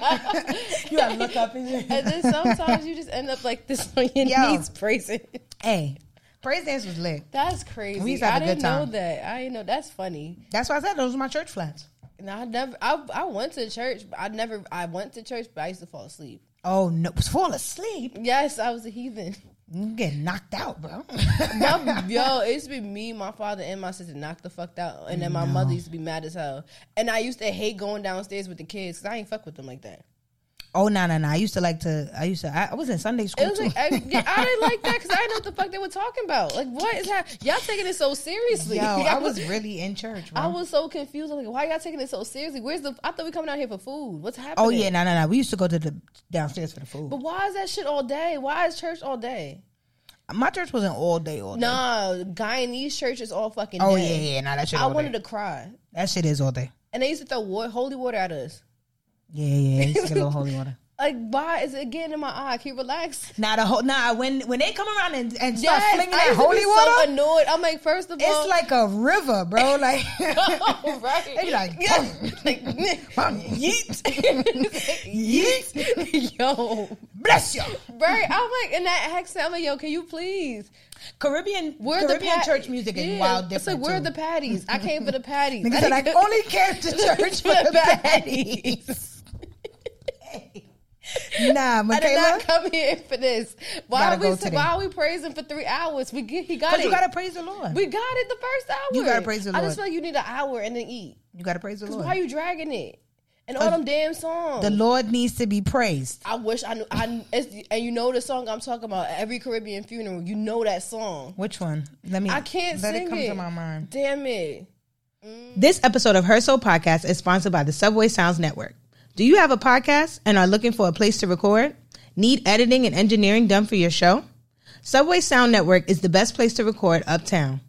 point. you gotta look up and shit. And then sometimes you just end up like this on your Yo. knees praising. Hey, praise dance was lit. That's crazy. We used to have I a didn't good know time. that. I didn't know. That's funny. That's why I said those were my church flats. And I never. I I went to church. but I never. I went to church, but I used to fall asleep. Oh no, fall asleep. Yes, I was a heathen. You get knocked out, bro. My- yo, it used to be me, my father, and my sister knocked the fuck out, and then my mother used to be mad as hell. And I used to hate going downstairs with the kids because I ain't fuck with them like that. oh no, no, no. I used to like to. I used to. I, I was in Sunday school It was too. like I, yeah, I didn't like that because I didn't know what the fuck they were talking about. Like, what is that? Y'all taking it so seriously? Yo, Like, I was really in church, bro. I was so confused. I'm like, why y'all taking it so seriously? Where's the? I thought we coming out here for food. What's happening? oh yeah, no, no, no. We used to go to the downstairs for the food. But why is that shit all day? Why is church all day? my church wasn't all day, all day. Nah, Guyanese church is all fucking. oh yeah, day. yeah. No, that shit. I all wanted day. to cry, That shit is all day. and they used to throw wa- holy water at us. Yeah, yeah. It's a little holy water. Like, why is it getting in my eye? Can you relax? Now the whole now when when they come around and, and start Yes, flinging I that used to holy be water, So annoyed. I'm like, first of all, it's like a river, bro. Like Oh, right? they be like, Yeah. like, "Bum, yeet, yeet, yeet. yo, bless you. right? I'm like in that accent. I'm like, yo, can you please? Caribbean Where the Caribbean pat- church music is Yeah. wild different. It's like, where are too. the patties? I came for the patties. Niggas are like only came to church for the patties. nah, I did Michaela, not come here for this. Why Gotta are we go today. why are we praising for three hours? We get, he got because it. you gotta praise the Lord. we got it the first hour. You gotta praise the I Lord. just feel like you need an hour and then eat. you gotta praise the Why are Lord. you dragging it? And all them damn songs. The Lord needs to be praised. I wish I knew. I it's, and you know the song I'm talking about. Every Caribbean funeral, you know that song. Which one? Let me. I can't let sing it come it. to my mind. Damn it! This episode of Her Soul Podcast is sponsored by the Subway Sounds Network. Do you have a podcast and are looking for a place to record? Need editing and engineering done for your show? Subway Sound Network is the best place to record uptown.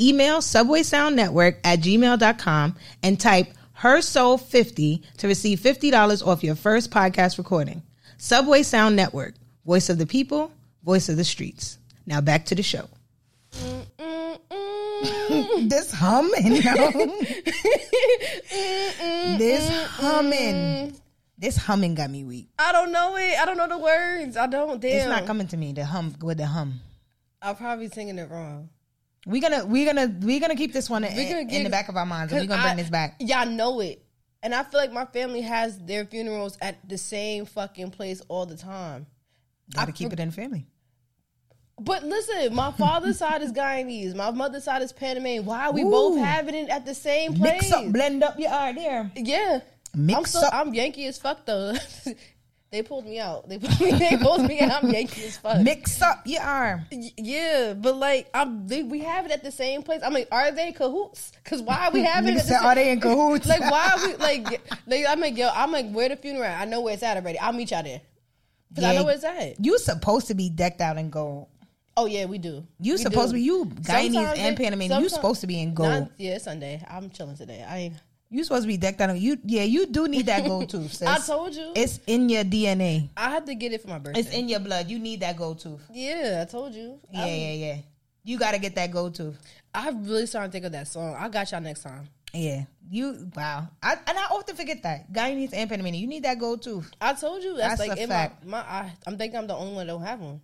Email subwaysoundnetwork at gmail.com and type Her Soul 50 to receive $50 off your first podcast recording. Subway Sound Network, voice of the people, voice of the streets. Now back to the show. Mm-mm. This humming, no. this humming, this humming got me weak. I don't know it. I don't know the words. I don't. Damn. It's not coming to me. The hum with the hum. I'm probably singing it wrong. We're gonna we're gonna we're gonna keep this one in, We gonna in the get- back of our minds. and We're 'Cause gonna bring I- this back. Y'all know it. And I feel like my family has their funerals at the same fucking place all the time. Gotta keep it in the family. But listen, my father's side is Guyanese. My mother's side is Panamanian. Why are we Ooh. both having it at the same place? Mix up, blend up your idea. Yeah. Mix I'm so up. I'm Yankee as fuck though. they pulled me out. They pulled me. They pulled me, and I'm Yankee as fuck. Mix up your arm. Y- yeah, but like I'm, they, we have it at the same place. I'm like, are they in cahoots? Because why are we having it? Nigga At the said, same, are they in cahoots? like why are we like? They, I'm like, yo, I'm like, where the funeral? At? I know where it's at already. I'll meet y'all there. Cause I Yeah. know where it's at. You supposed to be decked out in gold. Oh yeah, we do. You We supposed to do. be you Guyanese Sometimes and they- Panamanian. You sometime- supposed to be in gold. Nah, yeah, it's Sunday. I'm chilling today. I ain't. you supposed to be decked out. In, you yeah. You do need that gold tooth. Sis. I told you. It's in your DNA. I had to get it for my birthday. It's in your blood. You need that gold tooth. yeah, I told you. Yeah, I'm- yeah, yeah. You gotta get that gold tooth. I really started to think of that song. I got y'all next time. Yeah. You wow. I and I often forget that. Guyanese and Panamanian. You need that gold tooth. I told you that's, That's like a in fact. my my. I, I'm thinking I'm the only one that don't have one.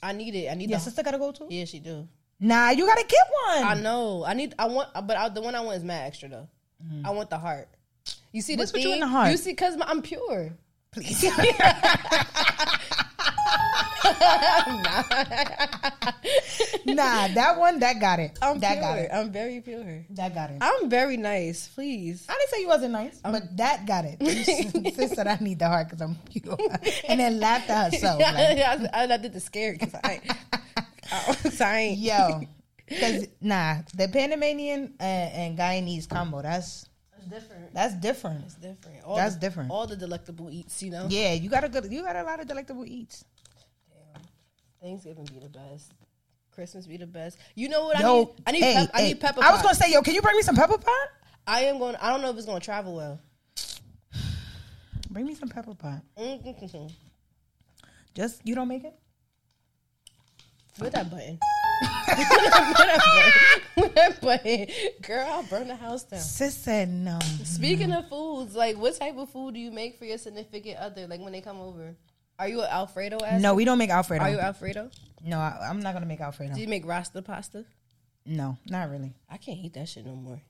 I need it. I need Your the. sister got a gold tooth? Yeah, she do. Nah, you gotta get one. I know. I need. I want. But I, the one I want is mad extra though. I want the heart. You see Mm. What's the with theme? you and the heart? You see, cause my, I'm pure. Please. nah, that one that got it. I'm that pure. got it. I'm very pure. That got it. I, I'm very nice. Please. didn't say you wasn't nice, but that got it. Sis said I need the heart because I'm pure, and then laughed at herself. yeah, like, yeah, I, I did the scary because I, I, I ain't. Yo, because nah, the Panamanian and, and Guyanese combo. That's It's different. that's different. It's different. All That's the- different. All the delectable eats, you know. Yeah, you got a good. You got a lot of delectable eats. Thanksgiving be the best. Christmas be the best. You know what Yo, I need? I need. hey, pep, I hey. need pepper. I was pot. gonna say, yo, can you bring me some pepper pot? I am going. I don't know if it's going to travel well. Bring me some pepper pot. Mm-mm-mm-mm. Just you don't make it. With that button. with that button. With that button. Girl, I'll burn the house down. Sis said no. Speaking of foods, like what type of food do you make for your significant other? Like when they come over, are you an Alfredo? Ass? No, we don't make Alfredo. Are you Alfredo? no, I, I'm not gonna make Alfredo. Do you make rasta pasta? No, not really. I can't eat that shit no more.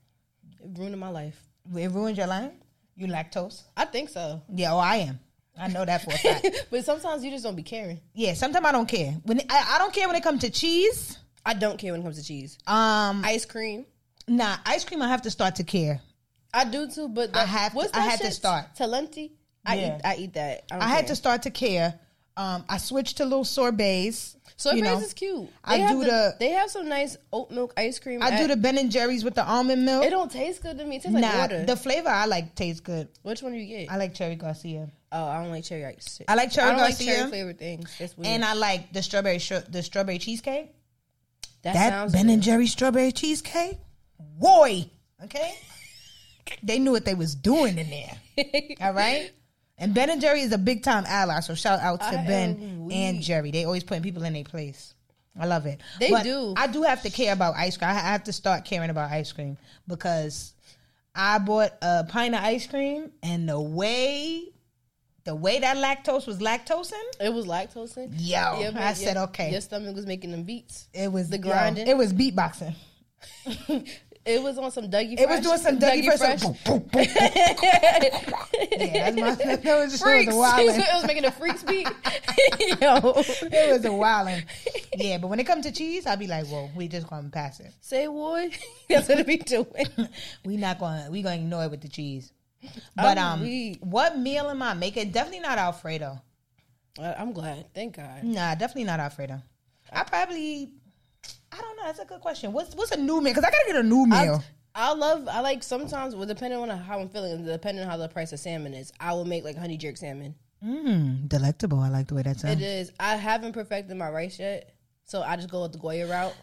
It ruined my life. It ruins your life. You lactose. I think so. Yeah, oh, I am. I know that for a fact. but sometimes you just don't be caring. yeah, sometimes I don't care when I, I don't care when it comes to cheese. I don't care when it comes to cheese. Um, ice cream. nah, ice cream. I have to start to care. I do too, but I have to- I had to start. Talenti. I Yeah. eat. I eat that. I, don't I had care. to start to care. Um, I switched to little sorbets. Soy you you know. is cute. I They have do the, the- They have some nice oat milk ice cream. I do the Ben and Jerry's with the almond milk. It don't taste good to me. It tastes nah, like water. the flavor I like tastes good. Which one do you get? I like cherry Garcia, oh, I don't like cherry ice. I like cherry I don't Garcia. like cherry flavored things. That's weird. and I like the strawberry sh- the strawberry cheesecake. that, That sounds Ben and good. Jerry strawberry cheesecake, boy. Okay, they knew what they was doing in there. All right, And Ben and Jerry is a big time ally, so shout out to I am Ben weak. and Jerry. They always putting people in their place. I love it. They do. I do have to care about ice cream. I I have to start caring about ice cream because I bought a pint of ice cream, and the way the way that lactose was lactosing, It was lactose. in. yo, Yeah, but I said your- okay. Your stomach was making them beats. it was the yo, grinding. it was beatboxing. It was on some Dougie. It Fresh- was doing some Dougie, Fresh. yeah, that's my, that was just Freaks. It was a It was, wildin'. making a freaks beat. Yo. It was a wildin'. Yeah, but when it comes to cheese, I'll be like, whoa, we just gonna pass it. Say what? That's what it be doing. We not gonna we gonna ignore it with the cheese. But Oh, um, weak. what meal am I making? Definitely not Alfredo. I- I'm glad. Thank God. Nah, definitely not Alfredo. I probably, I don't know. That's a good question. What's what's a new meal? Because I gotta get a new meal. I, I love. I like sometimes. Well, depending on how I'm feeling, and depending on how the price of salmon is, I will make like honey jerk salmon. Mmm, delectable. I like the way that It sounds. is. I haven't perfected my rice yet, so I just go with the Goya route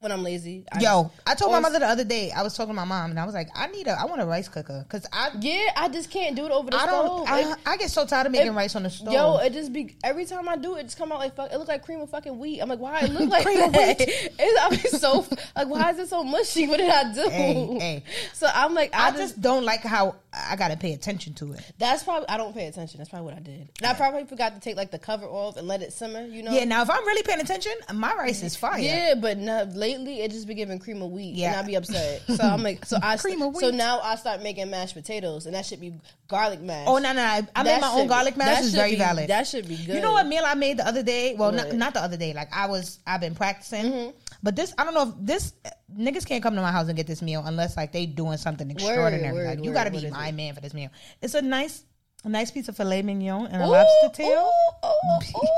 when I'm lazy. I Yo, I told my Or- mother the other day. I was talking to my mom, and I was like, I need a, I want a rice cooker because I, just- yeah, I just can't do it over the I stove. don't, Like, I, I get so tired of making it- rice on the stove. Yo, it just be every time I do it, it just come out like fuck. It look like cream of fucking wheat. I'm like, why it look like Cream of that? wheat. It's, I be so like, why is it so mushy? What did I do? Hey, hey. So I'm like, I, I just, just don't like how I gotta pay attention to it. that's probably I don't pay attention. That's probably what I did. And I probably forgot to take like the cover off and let it simmer. You know? Yeah, now if I'm really paying attention, my rice is fire. Yeah, but no, lately it just be giving cream of wheat, Yeah. and I be upset. So I'm like, so I Cream of so wheat. now I start making mashed potatoes, and that should be garlic mash. Oh no, no, I, I That made my should own be- garlic mash. that It's should very be- valid. That should be good. You know what meal I made the other day? Well, not, What? Mm-hmm. not the other day. Like I was, I've been practicing, but this I don't know if this niggas can't come to my house and get this meal unless like they doing something extraordinary. word, like you word. got to What be is my man for this meal. It's a nice, a nice piece of filet mignon and a Ooh, lobster tail. ooh, ooh, ooh, ooh.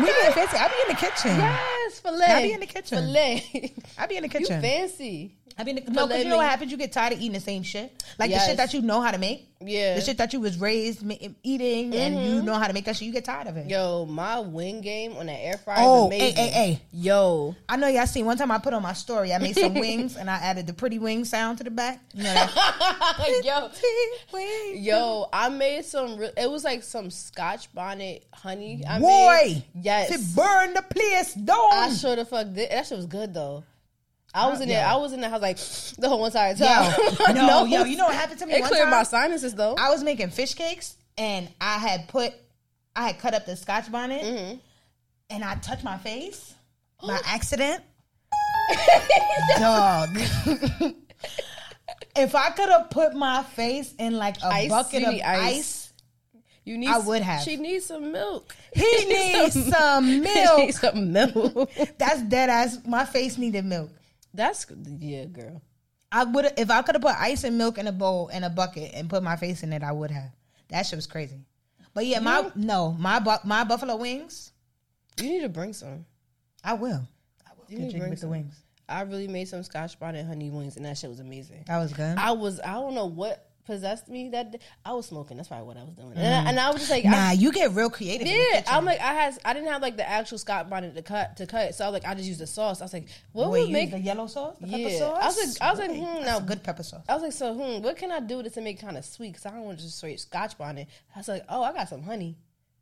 We Okay. get fancy. I be in the kitchen. Yes, filet. I be in the kitchen. Filet. I be in the you kitchen. fancy. I mean, no, because Filet you know what mignon. happens? You get tired of eating the same shit. Like the Yes. shit that you know how to make. Yeah. Mm-hmm. The shit that you was raised ma- eating and you know how to make that shit. You get tired of it. Yo, my wing game on that air fryer Oh, is amazing. ay, ay, ay. Yo. I know y'all seen one time I put on my story, I made some wings and I added the pretty wing sound to the back. You know that? Yo. wing. Yo, I made some. Re- it was like some Scotch bonnet honey. I Boy. made. To yes, burn the place down. I sure the fuck did. That shit was good though. I was in there. yo. I was in the house like the whole entire time. yo, My no, yo, nose- you know what happened to me it one cleared time? my sinuses though. I was making fish cakes and I had put, I had cut up the scotch bonnet Mm-hmm. and I touched my face by accident. Dog. if I could have put my face in like a Ice, bucket you of need ice. ice. you need. I would have. She needs some milk. he needs some She milk. needs some milk. That's dead ass. My face needed milk. That's yeah, girl. I would if I could have put ice and milk in a bowl in a bucket and put my face in it, I would have. That shit was crazy. But yeah, my no, my bu- my buffalo wings, You need to bring some. I will. I will need get to drink bring with the some. wings. I really made some Scotch bonnet honey wings, and that shit was amazing. That was good. I was I don't know what possessed me that day. I was smoking. That's probably what I was doing, and, I, and I was just like, Mm. nah, I, you get real creative. in the yeah. kitchen. I'm like I had I didn't have like the actual Scotch bonnet to cut to cut, so I was like I just used the sauce. I was like, what Wait, would you make? the yellow sauce, the pepper yeah, sauce. I was like I was like hmm, That's now a good pepper sauce. I was like, so hmm, what can I do to make kind of sweet? Cause I don't want to just straight scotch bonnet. I was like, oh, I got some honey.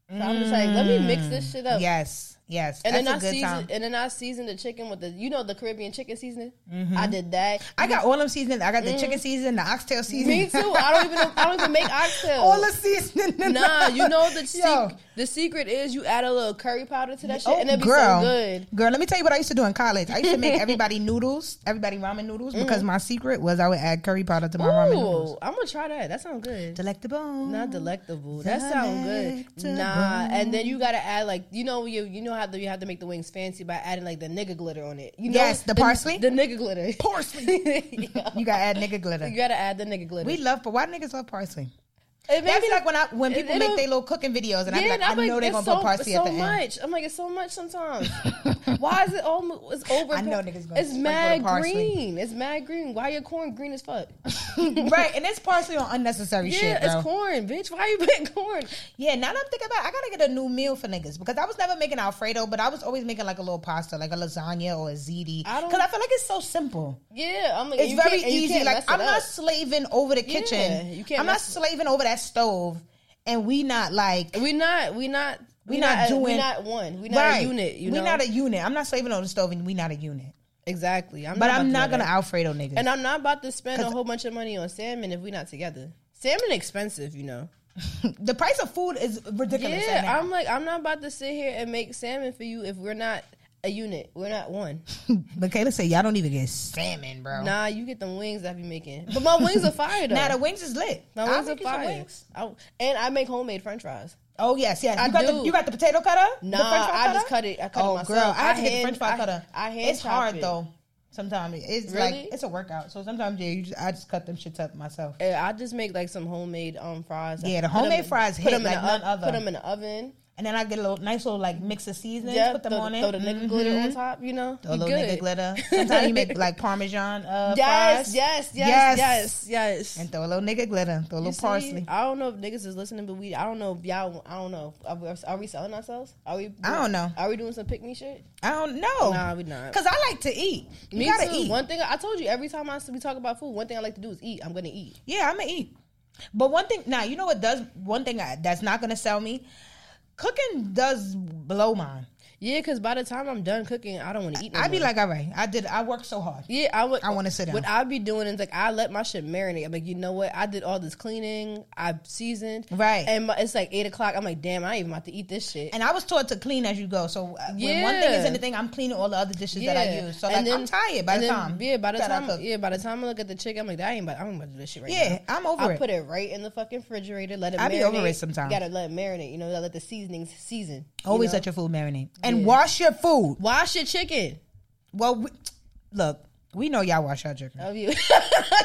So I'm just like, let me mix this shit up. Yes, yes. And Mm. That's then a I good time. seasoned, and then I seasoned the chicken with the, you know, the Caribbean chicken seasoning. I did that. Mm-hmm. I got all them seasoning. I got the chicken season, the oxtail season. Mm-hmm. Me too. I don't even, I don't even make oxtail. all the seasoning. nah, you know the Yo. sec- the secret is you add a little curry powder to that shit, Oh, and it'd be girl, so good. girl, let me tell you what I used to do in college. I used to make everybody noodles, everybody ramen noodles, because my secret was I would add curry powder to my ramen noodles. Mm. Ooh, I'm gonna try that. That sounds good. Delectable. Not delectable. That sound good. Nah, and then you gotta add like you know you you know how the, you have to make the wings fancy by adding like the nigga glitter on it. You know, Yes, the parsley? the nigga glitter, parsley. You gotta add nigga glitter. You gotta add the nigga glitter. We love, but why do niggas love parsley? it That'd be like when I when it- people it'll- make their little cooking videos, and yeah, I'm like, and I'm I like, know they're it's gonna so, put parsley so at the much. end. I'm like, it's so much sometimes. Why is it all? It's over. I know niggas gonna It's sprinkle mad the parsley. green. It's mad green. Why your corn green as fuck? right, and it's parsley on unnecessary yeah, shit, bro. it's corn, bitch. Why you putting corn? Yeah, now that I'm thinking about it, I gotta get a new meal for niggas because I was never making Alfredo, but I was always making like a little pasta, like a lasagna or a ziti. I don't- Because I feel like it's so simple. Yeah, I'm like, It's you very can't- and you easy. can't Like mess it I'm up. not slaving over the kitchen. you can't I'm not mess slaving over that stove and we not like We not. We not. We, We not, not a- We doing- not one. We not right. a unit. You we know. not a unit. I'm not slaving on the stove, and we not a unit. exactly. I'm But about I'm to not do gonna that. Alfredo niggas. And I'm not about to spend a 'Cause- whole bunch of money on salmon if we're not together. Salmon expensive, you know. the price of food is ridiculous. right Yeah, now. I'm like, I'm not about to sit here and make salmon for you if we're not a unit. We're not one. Michaela said, "Y'all don't even get salmon, bro." Nah, Nah, you get them wings I be making. But my wings are fire though. the wings is lit. my I'll wings are make you some fire. I- and I make homemade French fries. Oh yes, yes. You I got do. the you got the potato cutter. Nah, the french fry I just cutter? cut it. I cut it oh, myself. girl, I have to get hand- the French fry I- cutter. I hand It's hard chop it. though. Sometimes it's Really? like it's a workout. So sometimes yeah, you just, I just cut them shits up myself. And Eh, I just make like some homemade um fries. Yeah, the Put 'em homemade in- fries put hit 'em in like the none ov- Put other. them in the oven. And then I get a little nice little like mix of seasonings, Yeah, put them throw, on the- it. Mm-hmm. throw the nigga glitter on top. You know, Throw a You little good. nigga glitter. Sometimes you make like parmesan uh, Yes, fries. yes, yes, Yes. yes, yes. And throw a little nigga glitter. Throw a You little see, parsley. I don't know if niggas is listening, but we. I don't know if y'all. I don't know. Are we, are we selling ourselves? Are we? I don't know. Are we doing some pick me shit? I don't know. Nah, we not. Cause I like to eat. You Me gotta too. eat. One thing I told you every time I s- we talk about food, one thing I like to do is eat. I'm gonna eat. Yeah, I'm gonna eat. But one thing now, you know what does one thing I, that's not gonna sell me? Cooking does blow mine. Yeah, because by the time I'm done cooking, I don't want to eat. No I'd be more. like, all right, I did. I worked so hard. Yeah, I would. I wanna sit down. What I'd be doing is like I let my shit marinate. I'm like, you know what? I did all this cleaning. I seasoned. Right. And my, it's like eight o'clock. I'm like, damn, I ain't even about to eat this shit. And I was taught to clean as you go. So uh, when one thing Yeah. is anything, I'm cleaning all the other dishes that I use. So like, I'm tired by and the then, time. Yeah, by the that I time. cook. Yeah, by the time I look at the chicken, I'm like, I ain't about. I'm about to do this shit right now. Yeah, I'm over I it. put it right in the fucking refrigerator. Let it. I be marinate. over it sometimes. Gotta let it marinate. You know, let the seasonings season. you Always know? let your food marinate and Yeah. wash your food. Wash your chicken. Well, we, look, we know y'all wash our chicken. Of you.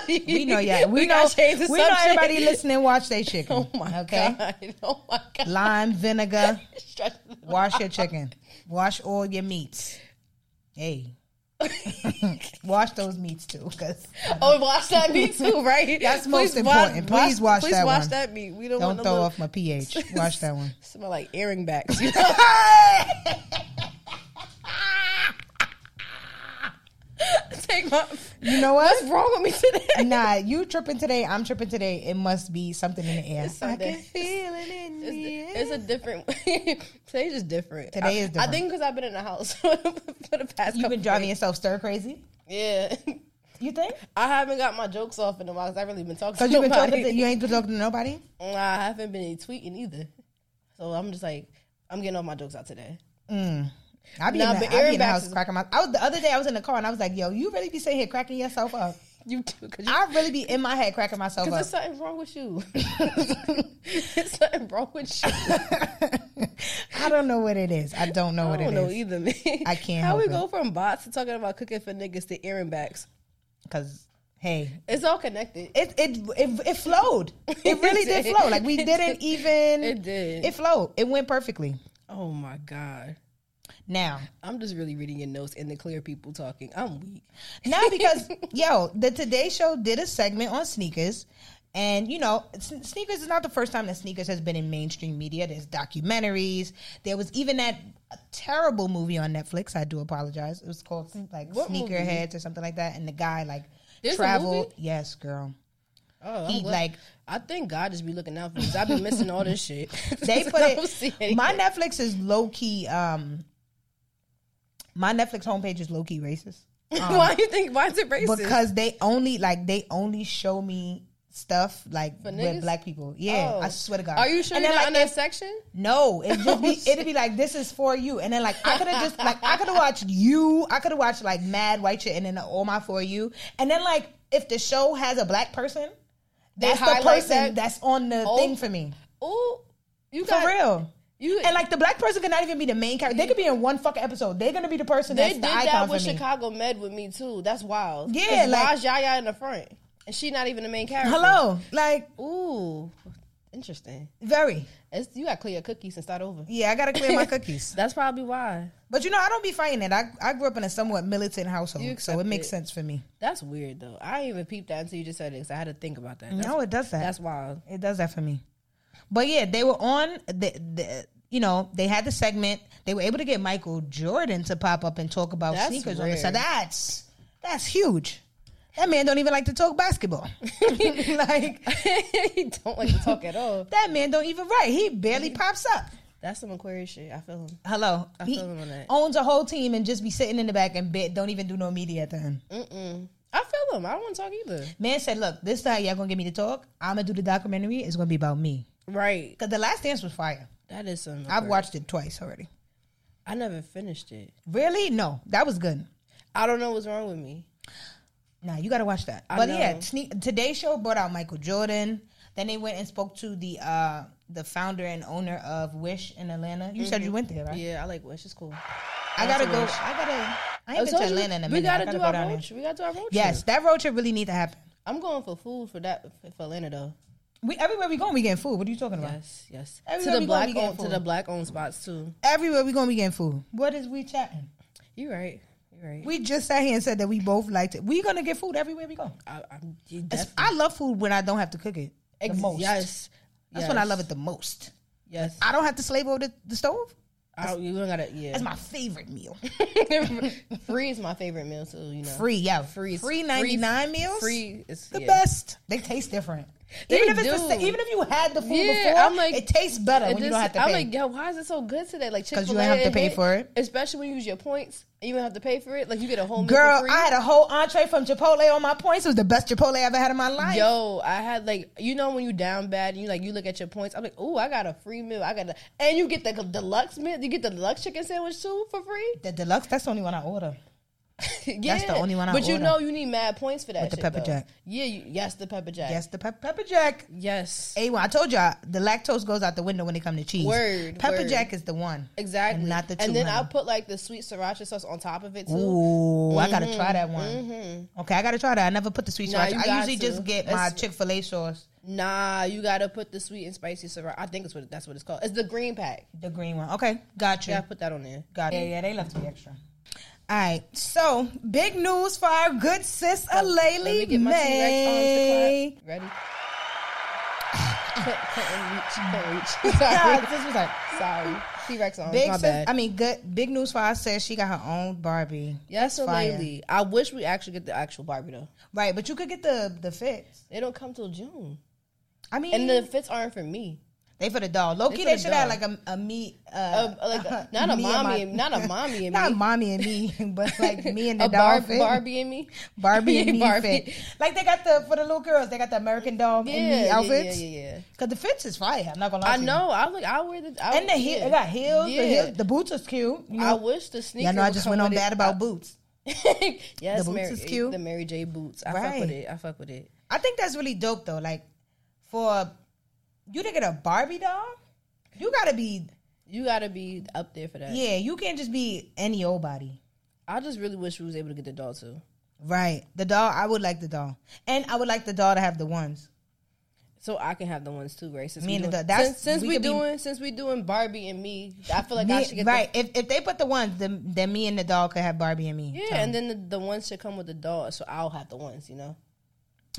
We know y'all. We, know. gotta change the We know subject. everybody listening. Wash their chicken. Oh my okay. god. Oh my god. Lime vinegar. Stretch the Wash your chicken. Wash all your meats. Hey, wash those meats too, because oh, wash that meat too, right? That's most wa- important. Please wash please that wash one. that meat. We don't, don't want throw no little, off my pH. Wash that one. Smell like earring backs. You know? Take my. you know what? What's wrong with me today? Nah, you tripping today. I'm tripping today. It must be something in the air. It's Sunday. I can feel it in It's, the air. it's a different. Today's just different. Today I- is different. I think because I've been in the house for the past. You've been couple driving days. yourself stir crazy. Yeah. You think? I haven't got my jokes off in a while because I really been talking. Because to you've been nobody. talking. To, you ain't been talking to nobody. I haven't been tweeting either. So I'm just like, I'm getting all my jokes out today. Mm. I be, Nah, in, the, but I be in the airbags house is- cracking my. I was the other day. I was in the car and I was like, "Yo, you really be sitting here cracking yourself up." You do because I really be in my head cracking myself up. there's something wrong with you. There's something wrong with you. I don't know what it is. I don't know I what it don't is. know either, man. I can't How help we it. go from bots to talking about cooking for niggas to earring backs? e- Cause hey, It's all connected. it it it, it flowed. It really did, did. flow. Like we It didn't did. even. It did. It flowed. It went perfectly. oh my god. Now, I'm just really reading your notes and the clear people talking. I'm weak. now because yo, the Today Show did a segment on sneakers. And you know, sn- sneakers is not the first time that sneakers has been in mainstream media. There's documentaries. There was even that terrible movie on Netflix. I do apologize. It was called like What movie? Sneakerheads or something like that. And the guy like There's a traveled. movie? Yes, girl. Oh, I'm He, glad- like- I think God just be looking out for me. 'cause I've been missing all this shit. They put I don't see it. My Netflix is low key. Um, my Netflix homepage is low key racist why do you think? Why is it racist? um, because they only like they only show me stuff like For niggas? with black people. Yeah, Oh. I swear to God. Are you sure And you're then, not like, in that Oh, section? No, it just be, it'd be like this is for you, and then like I could have just like I could have watched you, I could have watched like Mad White shit, and then all my for you, and then like if the show has a black person, that's the highlight person that? that's on the Oh. thing for me Oh, you for got real. You And like the black person could not even be the main character. They could be in one fucking episode. They're gonna be the person they that's did the icon that with for me. Chicago Med with me too. That's wild. Yeah, 'Cause like- why is Yaya in the front and she not even the main character? Hello, like Ooh, interesting. very. It's, you got to clear your cookies and start over. Yeah, I gotta clear my cookies. That's probably why. But you know, I don't be fighting it. I I grew up in a somewhat militant You household, so accept it makes it. sense for me. That's weird though. I didn't even peep that until you just said it. 'cause I had to think about that. That's, no, it does that. that's wild. It does that for me. But yeah, they were on the, the you know, they had the segment. They were able to get Michael Jordan to pop up and talk about That's sneakers on the rare. set. That's that's huge. That man don't even like to talk basketball. like he don't like to talk at all. that man don't even write. He barely pops up. That's some Aquarius shit. I feel him. Hello. I he feel him on that. owns a whole team and just be sitting in the back and bit don't even do no media to him. Mm-mm. I feel him. I don't want to talk either. Man said, Look, this time y'all gonna get me to talk. I'm gonna do the documentary. It's gonna be about me. Right. Cause the last dance was fire. That is some. I've watched it twice already. I never finished it. Really? No, that was good. I don't know what's wrong with me. Nah, you gotta watch that. I but know. yeah, sne- today's show brought out Michael Jordan. Then they went and spoke to the uh the founder and owner of Wish in Atlanta. You said you went there, right? Mm-hmm. Yeah, I like Wish. It's cool. I gotta to go. Wish. I gotta. I I ain't been told to you, Atlanta in a minute. we gotta, I do go our down road there. trip. We gotta do our road Yes, trip. that road trip really need to happen. I'm going for food for that for Atlanta though. We everywhere we going, we getting food. What are you talking about? Yes, yes. Everywhere we to the go, we black get owned, to food. the black owned spots too. Everywhere we going, we getting food. What is we chatting? You're right. You're right. We just sat here and said that we both liked it. We gonna get food everywhere we go. I, I'm you It's- def- I love food when I don't have to cook it the ex- most. Yes, That's when I love it the most. Yes, I don't have to slave over the, the stove. I, you don't gotta. Yeah, That's my favorite meal. free is my favorite meal too. You know, Free, yeah, free, Free is- free ninety nine meals. free is the yeah. best. They taste different. They even if it's the do. sa- even if you had the food Yeah, before, I'm like- it tastes better It when you just- don't have to I'm pay. like, yo, why is it so good today? Like, 'Cause you Chick-fil-A don't have to pay hit, for it. especially when you use your points and you don't have to pay for it. Like, you get a whole meal for Girl, free. I had a whole entree from Chipotle on my points. It was the best Chipotle I ever had in my life. Yo, I had like you know when you down bad and you like you look at your points. I'm like, oh, I got a free meal. I got a, and you get the deluxe meal. You get the deluxe chicken sandwich too for free. The deluxe, that's the only one I order. yeah, the only one I But you order. know you need mad points for that. With the shit, pepper though. jack. Yeah, you, yes, the pepper jack. Yes, the pep- pepper jack. yes, A one. I told y'all the lactose goes out the window when it comes to cheese. Word, Pepper word. jack is the one. exactly. And not the two, and then honey. I put like the sweet sriracha sauce on top of it too. Ooh, I gotta try that one. Okay, I gotta try that. I never put the sweet Mm-hmm. Nah, sauce. you I got usually to. just get my That's- Chick Fil A sauce, Nah, you gotta put the sweet and spicy sriracha. I think that's what that's what it's called. It's the green pack. the green one. Okay, got you. Yeah, I put that on there. Got yeah, yeah, they love to be extra. All right, so big news for our good sis Oh, Let me Alayli get my May. T-Rex arms to clap. Ready? Couldn't- couldn't reach. Couldn't reach. Yeah, Sorry. this was like Sorry. T-Rex arms. big my sis. bad. I mean, good big news for our sis. She got her own Barbie. yes, so fire. lately. I wish we actually get the actual Barbie though. Right, but you could get the the fits. They don't come till June, I mean, and the fits aren't for me. they for the doll. Loki, They they, for the should have doll. like a a me, uh, Uh, like a- not a me and mommy, my- not a mommy and not me. mommy and me, but like me and the a doll Barb- fit. Barbie and me. Barbie and me Barbie. fit. Like they got the for the little girls, they got the American doll Yeah, and me yeah, outfits. yeah, yeah, yeah. Cause the fits is fire. I'm not gonna lie. I to you. know. I like. I wear the. I, And the heel, yeah. it got heels. The, Yeah. heel, the boots is cute. You I know, wish the sneaker. y'all know I would just come went on with it. bad about boots. yes, The boots Mary, is cute. The Mary J boots. I fuck Right. with it. I fuck with it. I think that's really dope though. Like for you to get a Barbie doll, you gotta be You gotta be up there for that. yeah. You can't just be any old body. I just really wish we was able to get the doll too. Right. The doll. I would like the doll, and I would like the doll to have the ones. So I can have the ones too, right? Since Me we and the doing, doll. That's- since, since we we, could be- doing since we doing Barbie and me, I feel like I Me- should get the- right. if if they put the ones, then then me and the doll could have Barbie and me. yeah, So- and then the, the ones should come with the doll, so I'll have the ones. You know,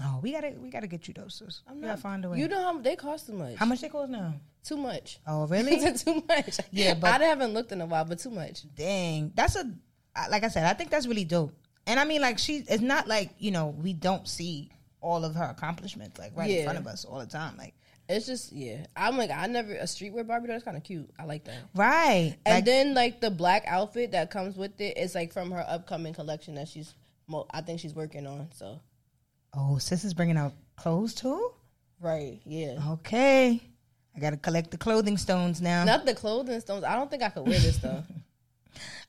Oh, we gotta we gotta get you those. sis. I'm we gotta find a way. You know how they cost too much. How much they cost now? Too much. Oh, really? too much. Yeah, but- I haven't looked in a while, but too much. Dang, that's a I- like I said. I think that's really dope. And I mean, like she, it's not like you know we don't see all of her accomplishments like right Yeah. in front of us all the time. Like It's just yeah. I'm like I never a streetwear Barbie doll. It's kind of cute. I like that. right, And like then like the black outfit that comes with it is like from her upcoming collection that she's mo- I think she's working on. So oh, sis is bringing out clothes too. right, yeah. Okay, I gotta collect the clothing stones now. Not the clothing stones. I don't think I could wear this though.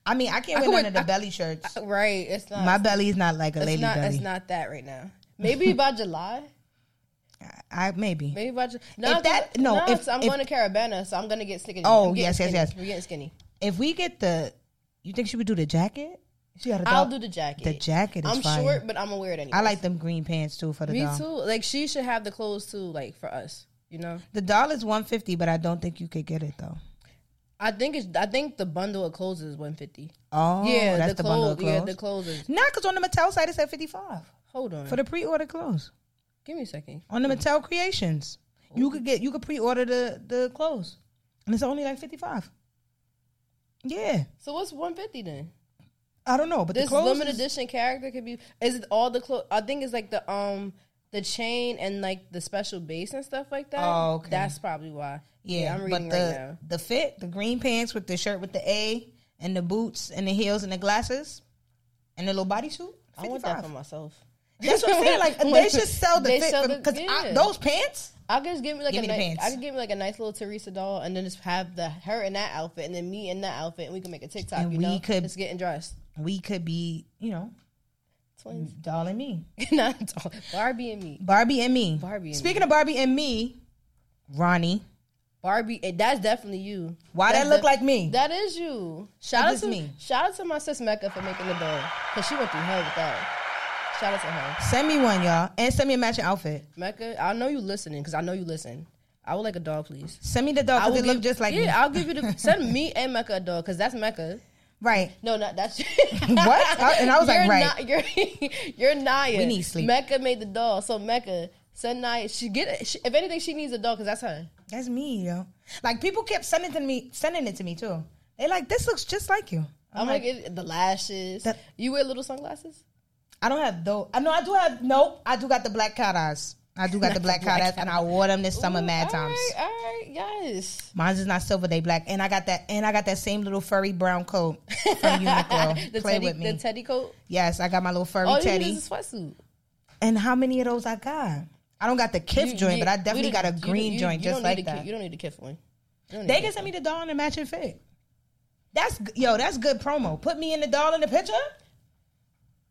I mean, I can't wear I could none wear- of the I- belly shirts. right. It's not. My belly is not like a it's lady not. belly. It's not that right now. Maybe by July. I, I maybe. Maybe by July. No, that- no, no. if- 'cause I'm if- going to Carabana, so I'm going to get skinny. Oh, I'm getting yes, yes, skinny. yes. We're getting skinny. If we get the, you think she would do the jacket? She got a doll. I'll do the jacket. The jacket is I'm fire. short, but I'm gonna wear it anyway. I like them green pants too for the Me doll. too. Like she should have the clothes too. Like for us, you know. The doll is one fifty, but I don't think you could get it though. I think it's. I think the bundle of clothes is 150. Oh, yeah, that's the, the, clothes. bundle of clothes. Yeah, the clothes. Is, Nah, because on the Mattel site it said 55 hold on. for the pre-order clothes. Give me a second. On the Mattel Creations, you could get you could pre-order the the clothes, and it's only like 55. Yeah, So what's 150 then? I don't know, but This the clothes limited is- edition character could be. Is it all the clothes? I think it's like the um the chain and like the special base and stuff like that. Oh, okay. That's probably why. Yeah, I'm but reading the right now. the fit, the green pants with the shirt with the A and the boots and the heels and the glasses and the little bodysuit. I want that for 55. myself. That's what I'm saying. Like they should sell the They fit sell the- because yeah. those pants. I could just give me like Give me a the ni- pants. I could give me like a nice little Teresa doll, and then just have the her in that outfit, and then me in that outfit, and we can make a TikTok. And you we know, could- just getting dressed, We could be, you know, twins, doll and me, not doll. Barbie and me. Barbie and me. Barbie and Speaking of Barbie and me, Ronnie, Barbie, eh, that's definitely you. why That's that look def- like me? That is you. Shout That out is to me. Shout out to my sis Mecca for making the doll, cause she went through hell with that. Shout out to her, send me one, y'all, and send me a matching outfit. Mecca. I know you listening, cause I know you listen. I would like a doll, please. Send me the doll I because would Oh, it look give- just like yeah. me. I'll give you the send me and Mecca a doll, cause that's Mecca. right. No, not that's What? I- and I was like, You're right. Ni- you're you're Naya. We need sleep. Mecca made the doll, so Mecca send Naya. She get it. She, if anything, she needs a doll because that's her. That's me, yo. Like people kept sending to me, sending it to me too. They like this looks just like you. I'm, like, it, the lashes. Oh That- you wear little sunglasses. I don't have though. I know I do have. Nope, I do got the black cat eyes. I do got the black cat eyes, and I wore them this summer Ooh, mad all times. right, all right, yes. Mine's is not silver, they black, and I got that, and I got that same little furry brown coat from Uniqlo. the Play teddy, with me. the teddy coat. yes, I got my little furry All you teddy. need is a sweatsuit. and how many of those I got? I don't got the kiff You- joint, you- but I we definitely don't- got a you don't- green you- joint you just don't like need a ki- that. You don't need a kiff one. You don't need They a can kiff send me the doll and the matching fit. That's g- yo, that's good promo. Put me in the doll in the picture.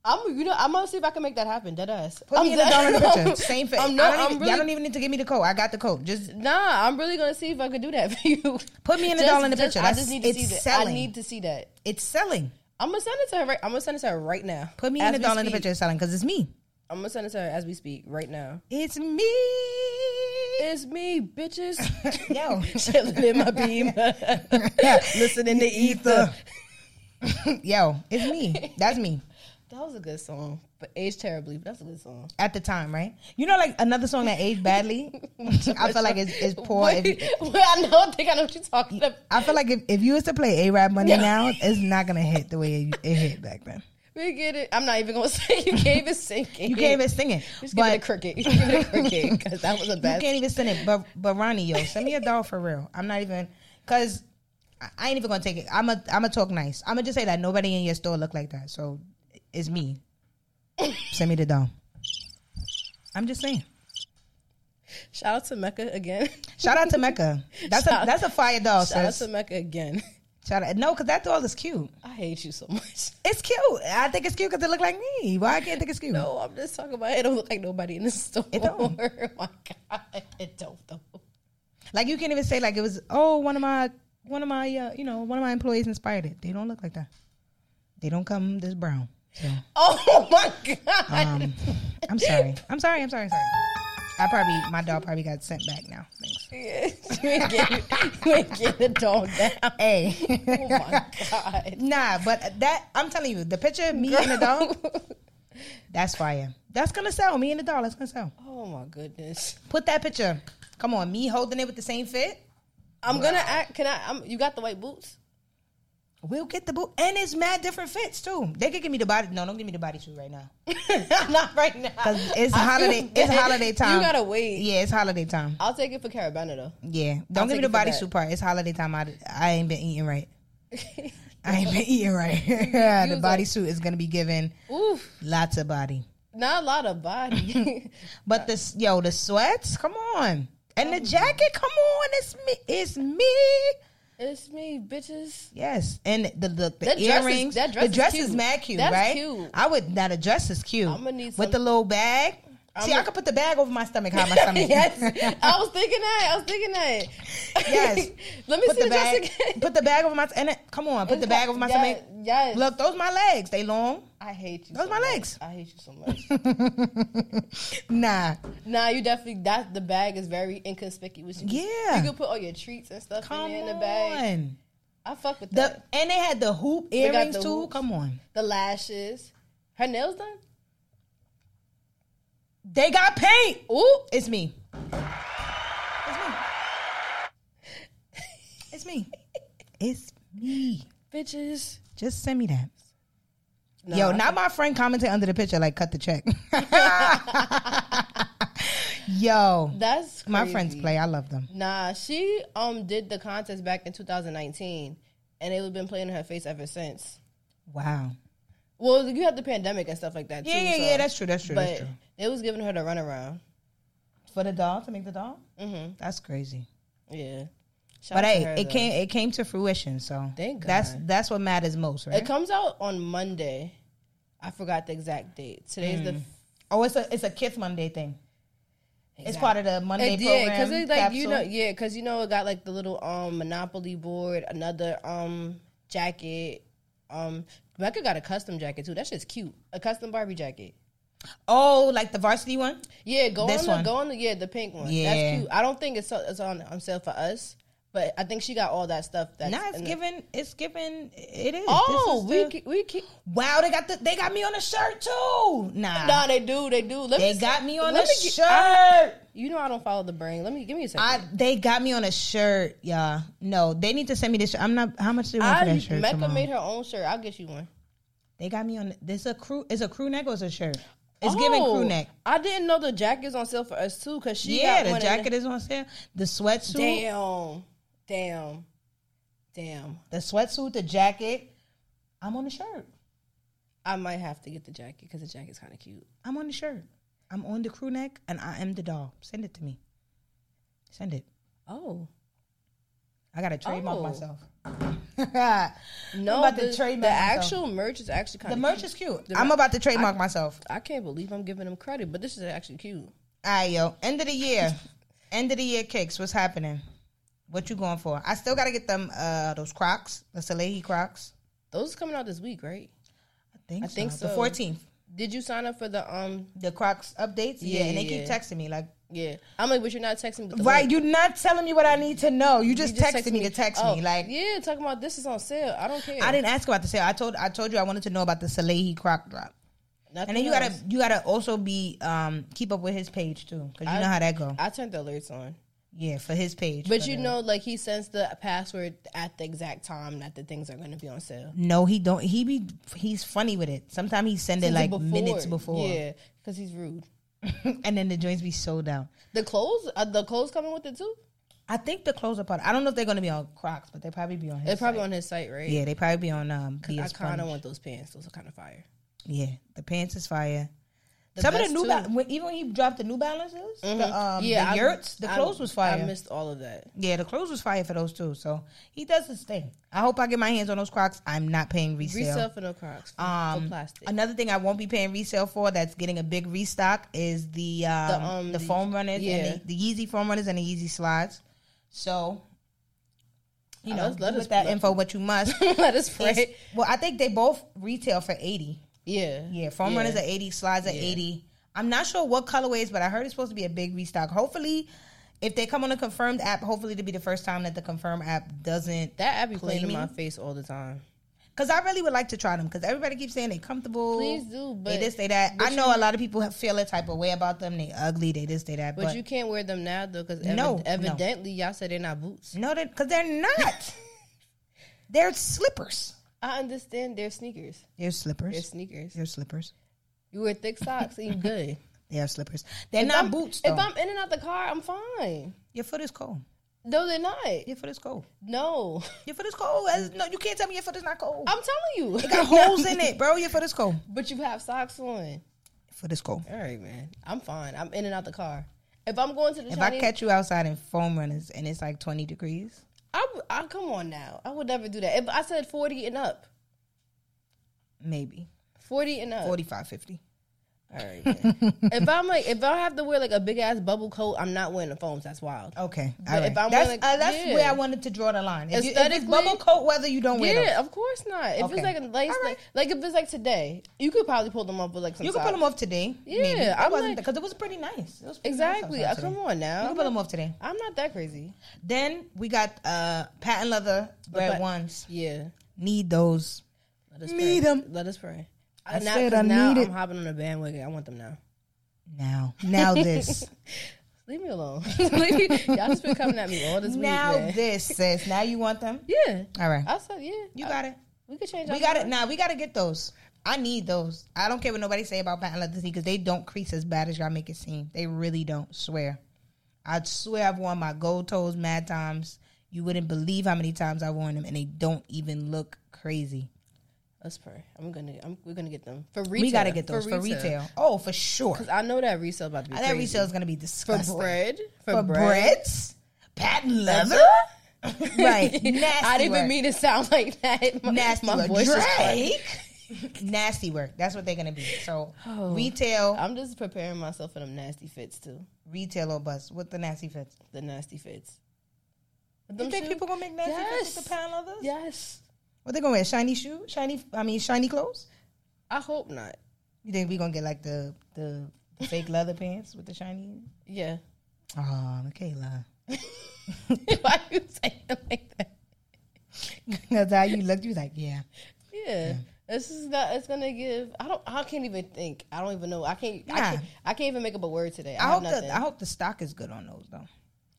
I'm, you know, I'm gonna see if I can make that happen. Dead ass. Put I'm me in the dollar in the dead- picture. Same thing. I'm I not. don't I'm even, really Y'all don't even need to give me the code. I got the code. Just Nah, I'm really gonna see if I could do that for you. Put me in the Just- doll in the just- picture. I That's- just need to it's see that. I selling. need to see that. it's selling. I'm gonna send it to her. Right, I'm gonna send it to her right now. Put me As in the we doll in the speak. picture. It's selling because it's me. I'm gonna send it to her as we speak right now. It's me. It's me, bitches. Yo. chilling in my beam, listening to ether. Yo, it's me. That's me That was a good song, but aged terribly. But that's a good song. at the time, right? You know, like another song that aged badly. I feel like it's, it's poor. Wait, If, wait, I don't think I know what you're talking about. I feel like if, if you was to play A Rap Money now, it's not gonna hit the way it, it hit back then. We get it. I'm not even gonna say you gave it sinking. You can't even sing it, Just give it a but cricket. Give it a cricket because that was a You bad. can't even send it. But but Ronnie, yo, send me a doll for real. I'm not even because I, I ain't even gonna take it. I'm a I'm a talk nice. I'm gonna just say that nobody in your store look like that. So it's me. send me the doll. I'm just saying. Shout out to Mecca again. Shout out to Mecca. That's Shout- a that's a fire doll. Shout out sis. to Mecca again. Shout out. No, because that doll is cute. I hate you so much. It's cute. I think it's cute because it look like me. Why I can't think it's cute? No, I'm just talking about it. Don't look like nobody in the store. It don't. oh my god, it don't though. Like you can't even say like it was. Oh, one of my one of my uh, you know one of my employees inspired it. They don't look like that. They don't come this brown. So. Oh my god. Um, I'm sorry. I'm sorry. I'm sorry. I'm sorry. I probably my dog probably got sent back now. Thanks. Yes. you ain't getting you ain't getting the dog down. Hey, Oh my god. nah, but that I'm telling you, the picture of me and the dog, that's fire. That's gonna sell. Me and the dog, that's gonna sell. Oh my goodness. Put that picture. Come on, me holding it with the same fit. I'm gonna act. Can I? I'm, you got the white boots? We'll get the boot, and it's mad different fits too. They could give me the body. No, don't give me the bodysuit right now. Not right now. 'Cause it's I feel holiday. It's bad. holiday time. You gotta wait. Yeah, it's holiday time. I'll take it for Carabana though. Yeah, don't give take me the it for bodysuit part. It's holiday time. I, I ain't been eating right. I ain't been eating right. the was like- bodysuit is gonna be given Oof, lots of body. not a lot of body. But this yo, the sweats, come on. And the jacket, come on, it's me it's me. it's me, bitches. Yes. And the the, the That dress is- earrings. that dress the is dress cute. is mad cute, That's right? cute. I would now the dress is cute. I'ma need some- with the little bag. I'ma- See, I could put the bag over my stomach, hide my stomach. yes, I was thinking that. I was thinking that. Yes. Let me Put see the, the dress bag, again. put the bag over my and it, come on, put the bag over my yes, stomach. Yes. Look, those my legs. They long. I hate you. Those so my much. legs. I hate you so much. nah. nah, you definitely. That the bag is very inconspicuous. You can- Yeah. You can put all your treats and stuff Come in, there in the on. bag. I fuck with The that. and they had the hoop got earrings the too. hoops. Come on, The lashes. Her nails done. they got paint. Ooh. It's me. It's me. It's me. It's me. Bitches. Just send me that. No, Yo, I- not my friend commented under the picture like cut the check. Yo, That's my friends crazy. play. I love them. Nah, she um did the contest back in 2019, and it was been playing in her face ever since. Wow. Well, you had the pandemic and stuff like that. Yeah, too, yeah, so- yeah. That's true. That's true. That's But true. it was giving her the runaround. For the doll to make the doll. Mm-hmm. That's crazy. Yeah. Shout But out to hey, her, it though. came it came to fruition. So Thank that's God. that's what matters most, right? It comes out on Monday. I forgot the exact date. Today's the. oh, it's a it's a Kids Monday thing. It's part of the Monday It did program. because it like you know capsule. yeah because you know it got like the little um Monopoly board, another um jacket. Um, Becca got a custom jacket too. That shit's cute. A custom Barbie jacket. Oh, like the varsity one. Yeah, go This on the one. go on the yeah the pink one. Yeah. That's cute. I don't think it's it's on on sale for us, but I think she got all that stuff. That's Nah, it's in the- given. It's given. It is. Oh, This we is the- ke- we keep. wow. They got the, they got me on a shirt too. Nah, Nah, they do. They do. Let Ah. they me. got me on let a me get- shirt. You know I don't follow the brain. Let me give me a second. I they got me on a shirt, y'all. No, they need to send me this. Shirt. I'm not. How much do they want for I, that shirt? Mecca Tomorrow? made her own shirt. I'll get you one. they got me on. This a crew. Is a crew neck or is a shirt? It's giving Oh, crew neck. I didn't know the jacket's on sale for us too, cause she yeah, got the one jacket is on sale. The sweatsuit. damn, damn, damn. The sweatsuit. The jacket. I'm on the shirt. I might have to get the jacket because the jacket's kind of cute. I'm on the shirt. I'm on the crew neck, and I am the doll. Send it to me. Send it. Oh I gotta trademark Oh. myself. no, about to the, trademark the myself. actual merch is actually kind the of merch is cute. I'm about to trademark myself. I can't believe I'm giving them credit, but this is actually cute. All right, yo. End of the year. End of the year kicks. What's happening? What you going for? I still gotta get them uh those Crocs, the Salehi Crocs. Those coming out this week, right? I think. I think The so. 14th. Did you sign up for the um? The Crocs updates. Yeah, Yeah, and they yeah, keep yeah. texting me like. Yeah, I'm like, but you're not texting. With the Right, link. you're not telling me what I need to know. You just, You just texted me to text Oh, me like. yeah, talking about this is on sale. I don't care. I didn't ask about the sale. I told I told you I wanted to know about the Salehi Croc drop. Nothing And then you else. gotta you gotta also be um keep up with his page too because you I- know how that go. I turned the alerts on. Yeah, for his page. But for you the- know, like he sends the password at the exact time that the things are going to be on sale. no, he don't. He be he's funny with it. Sometimes he send it Sends like minutes before, yeah, because he's rude. and then the joints be sold out. The clothes, are the clothes coming with it too. I think the clothes are part. I don't know if they're gonna be on Crocs, but they probably be on his. They're probably on his site, right? yeah, they probably be on um. Be I As kind Funny. of want those pants. Those are kind of fire. Yeah, the pants is fire. The Some of the vest, New too. Mm-hmm. Balance, even when he dropped the New Balances, the um, I- the yurts, the I- clothes was fire. I missed all of that. Yeah, the clothes was fire for those two. So he does his thing. I hope I get my hands on those Crocs. I'm not paying resale. Resale for no Crocs. For, Um, for plastic. Another thing I won't be paying resale for that's getting a big restock is the um, the, The, um, the- foam runners yeah. and the, the Yeezy foam runners and the Yeezy slides. So you Uh, know, let's- let do with us- that let- info what you must. Let us It's- pray. well, I think they both retail for eighty. Yeah. Yeah, foam runners are eighty, slides are eighty. I'm not sure what colorways, but I heard it's supposed to be a big restock. Hopefully, if they come on a confirmed app, hopefully it'll be the first time that the confirmed app doesn't. That app be playing in Claiming. my face all the time. Because I really would like to try them. Because everybody keeps saying they're comfortable. Please do, but they this, they that. I know a lot of people have- feel a type of way about them. They ugly. They this, they that. But, But, you can't wear them now though, because No, no. evidently y'all said they're not boots. no, because they, are not. they're slippers. I understand they're sneakers. They're They're slippers. sneakers. They're slippers. You wear thick socks and you good. They are slippers. They're If not I'm- boots. Though. If I'm in and out the car, I'm fine. your foot is cold. No, they're not. Your foot is cold. No, Your foot is cold. As- No, you can't tell me your foot is not cold. I'm telling you, It got holes in it, bro. Your foot is cold. But you have socks on. Foot is cold. All right, man. I'm fine. I'm in and out the car. If I'm going to the If I Chinese, catch you outside in foam runners and it's like 20 degrees, I, w- I- come on now. I would never do that. If I said 40 and up, maybe 40 and up. 45, 50. All right. Man. if I'm like, if I have to wear like a big ass bubble coat, I'm not wearing the foams. That's wild. Okay, But all right. if I'm that's wearing, uh, that's yeah. where I wanted to draw the line. If, you, if it's Aesthetically- bubble coat weather, you don't wear them. Yeah, of course not. If Okay. it's like a lace, All right. like, like if it's like today, you could probably pull them up with like some. You can socks. pull them off today. Yeah, maybe. It I'm wasn't like- because it was pretty nice. It was pretty nice Exactly. Uh, outside come today. on You now. can I'm pull not, them off today. I'm not that crazy. Then we got uh patent leather red but- ones. Yeah. Need those. Let us Need pray. 'em. Let us pray. I now, said 'cause I now need I'm it. hopping on a bandwagon. I want them now. Now, now this, Leave me alone. Leave me- Y'all just been coming at me all this now week. man. this, sis. Now you want them? yeah. All right, I said yeah. you I- got it. we could change. We our got it. mind. Now we got to get those. I need those. I don't care what nobody say about patent leather sneakers. They don't crease as bad as y'all make it seem. They really don't. Swear. I swear I've worn my gold toes mad times. You wouldn't believe how many times I've worn them, and they don't even look crazy. Let's pray. I'm gonna. I'm, we're gonna get them for retail. We gotta get those for retail. Oh, for sure. Because I know that resale about to be. I think crazy. resale is gonna be for disgusting. bread. For, for bread. breads, patent leather. right, nasty I didn't work. even mean to sound like that. My, nasty my work. voice is funny. Drake. nasty work. That's what they're gonna be. So Oh. retail, I'm just preparing myself for them nasty fits too. retail or bust. What the nasty fits? The nasty fits. You Them think shoes- people gonna make nasty fits with Yes. the pound leathers? Yes. What they gonna wear? Shiny shoe? Shiny? I mean, shiny clothes? I hope not. You think we gonna get like the the, the fake leather pants with the shiny? Yeah. Oh, Michaela. Why you saying it like that? That's how you looked. You was like, yeah. Yeah. This is not, it's gonna give. I don't. I can't even think. I don't even know. I can't. I, Nah. can't I can't even make up a word today. I, I, have hope nothing. the I hope the stock is good on those though,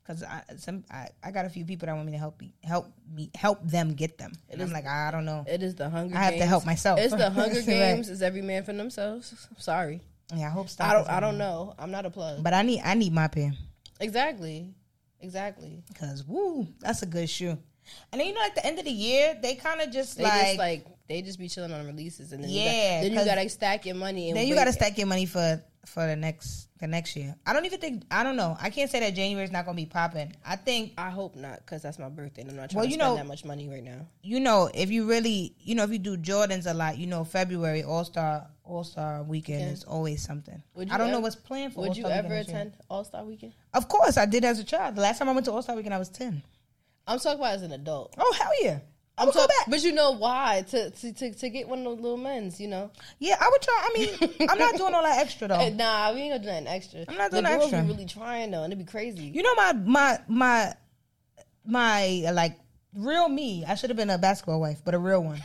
because I some I, I got a few people that want me to help me help me help them get them, and I'm like I don't know. it is the Hunger. I have Games. to help myself. It's the Hunger Right. Games. Is every man for themselves? Sorry. Yeah, I hope stock. I don't. is I good. don't know. I'm not a plug. But I need I need my pair Exactly. Exactly. because woo, that's a good shoe. And then you know at the end of the year they kind of just They like, just like they just be chilling on releases, and then Yeah, you got, then 'cause- you gotta stack your money. And then you wait. got to stack your money for for the next the next year. I don't even think I don't know. I can't say that January's not gonna be popping. I think I hope not, because that's my birthday, and I'm not trying Well, to you spend know- that much money right now. you know, if you really, you know, if you do Jordans a lot, you know, February All Star All Star Weekend Yeah. is always something. Would I you don't know ev- what's planned for. Would you All-Star ever Weekend this year. attend All Star Weekend? Of course, I did as a child. The last time I went to All Star Weekend, I was ten. I'm talking about as an adult. Oh hell yeah! I I'm would go talking, back. but you know why? To, to to to get one of those little men's, you know. Yeah, I would try. I mean, I'm not doing all that extra Eh, though. Nah, we ain't gonna do nothing extra. Oh. I'm not doing the girls extra. Be really trying though, and it'd be crazy. You know, my my my my like real me. I should have been a basketball wife, but a real one.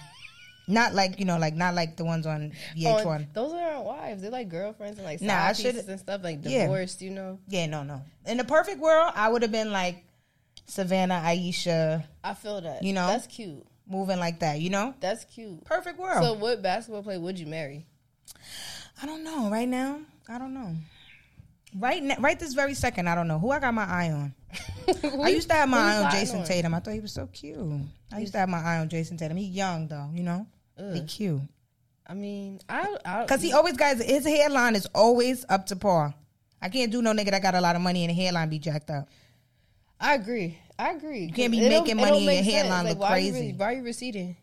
Not like you know, like not like the ones on VH1. On- those aren't wives; they're like girlfriends and like side Nah, I pieces should- and stuff, like Yeah. divorced. You know, Yeah, no, no. In the perfect world, I would have been like Savannah, Aisha, I feel that. You know? that's cute. moving like that, you know? That's cute. Perfect world. So, what basketball player would you marry? I don't know. Right now, I don't know. Right now, right this very second, I don't know who I got my eye on. I used to have my who you eye on plotting Jason on? Tatum. I thought he was so cute. I used to have my eye on Jason Tatum. He young though, you know. He Ugh. cute I mean, I I- because he always guys his hairline is always up to par. I can't do no nigga that got a lot of money and the hairline be jacked up. I agree. I agree. You can't be making money and your hairline look why You crazy. really, why are you receding?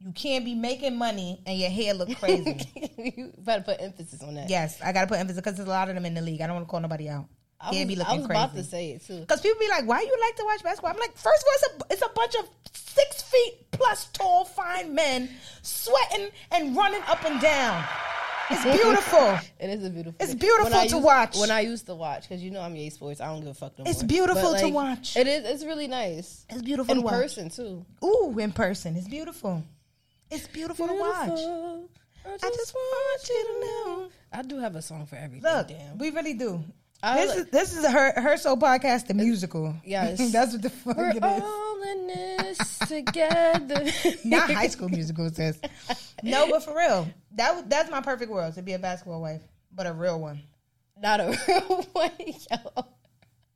You can't be making money and your hair look crazy. you better put emphasis on that. Yes, I gotta put emphasis because there's a lot of them in the league. I don't want to call nobody out. I Can't was, be I looking was about to crazy. say it too. Because people be like, "Why you like to watch basketball?" I'm like, first of all, it's a, it's a bunch of six feet plus tall, fine men sweating and running up and down. It's beautiful. It is a beautiful. It's thing. beautiful I to used- watch. When I used to watch, because you know I'm yay sports. I don't give a fuck no more. It's beautiful But, to watch. It is. It's really nice it's beautiful in to watch. person too. Ooh, in person, it's beautiful. It's beautiful, to watch. Beautiful. I, I just, just want you to know. I do have a song for everything. Look, damn. we really do. I this like- is this is a her, her soul podcast, the musical. yes. that's what the fuck We're it is. all in this together. not high school musical says. No, but for real, that was- that's my perfect world to be a basketball wife, but a real one. Not a real way, yo.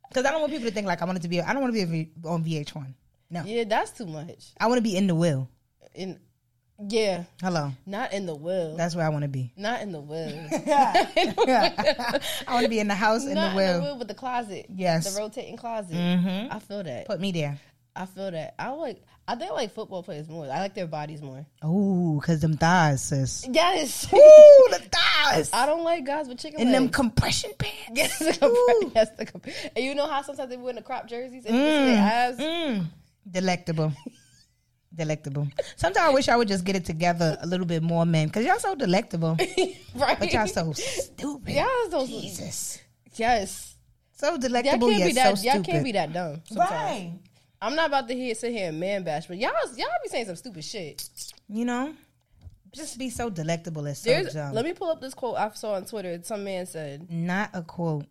Because I don't want people to think like I wanted to be. I don't want to be a V- on VH1. No, Yeah, that's too much. I want to be in the will. In yeah, Hello, not in the will. that's where I want to be. Not in the will. I want to be in the house in not the will. with the closet. Yes. the rotating closet. Mhm. I feel that. Put me there. I feel that. I like. I think I like football players more. I like their bodies more. Ooh, because them thighs, sis. Yes. Ooh, the thighs I don't like guys with chicken and legs. them compression pants. Yes, the compare- Ooh. yes, the compare. And you know how sometimes they wear the crop jerseys and you can see their abs. Mm. Delectable. delectable. Sometimes I wish I would just get it together a little bit more, man, because y'all so delectable. right? But y'all so stupid. Y'all so- Jesus. yes. So Y'all delectable, can't yet be that. so y'all stupid. can't be that dumb. Sometimes. right. I'm not about to hear sit here and man bash, but y'all y'all be saying some stupid shit. You know? Just be so delectable as so There's, dumb. let me pull up this quote I saw on Twitter. Some man said, Not a quote.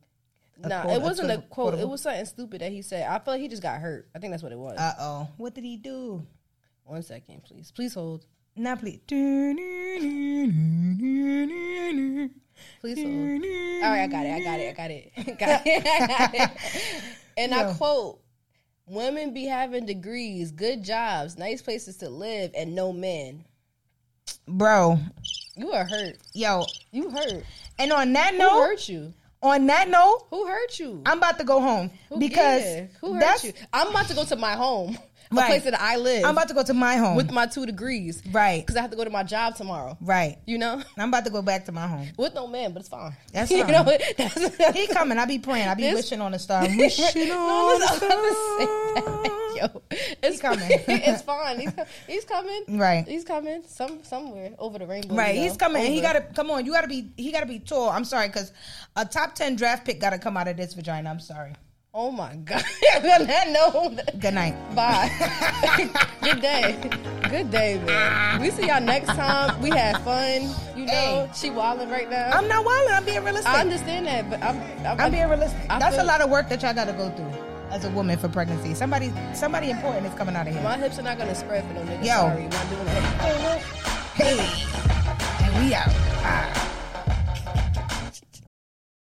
A "Nah, quote, it wasn't a quote- quote. It quotable? was something stupid that he said. I feel like he just got hurt. I think that's what it was. Uh oh. What did he do? One second, please. Please hold. Now please. Please. Hold. All right, I got it. I got it. I got it. got it. I got it. And I Yo. quote: "Women be having degrees, good jobs, nice places to live, and no men." Bro, You are hurt. yo. You hurt. And on that Who note, hurt you? on that note, Who hurt you? I'm about to go home Who- because yeah, who hurt that's you? I'm about to go to my home, the Right. place that I live, I'm about to go to my home. with my two degrees, right. because I have to go to my job tomorrow. Right. You know, I'm about to go back to my home. with no man, but it's fine. That's you fine. know. That's, He coming. I be praying. I be This- wishing on a star. Wishing no, on listen, a I was about to say star. that. Yo, it's coming. it's fine. He's, co- he's coming. Right. He's coming. Some somewhere over the rainbow. Right, you he's know, coming. and He over. gotta come on. You gotta be. He gotta be tall. I'm sorry, because a top ten draft pick gotta come out of this vagina. I'm sorry. Oh my god. On that note, Good night. Bye. Good day. Good day, man. We see y'all next time. We had fun. You know, Hey. she wilding right now. I'm not wilding. I'm being realistic. I I'm, understand that, but I'm I'm, being realistic. I That's feel- a lot of work that y'all gotta go through as a woman for pregnancy. Somebody, somebody important is coming out of here. my hips are not gonna spread for no nigga. Yo. Sorry, I'm not doing that. Hey, and we out. Ah.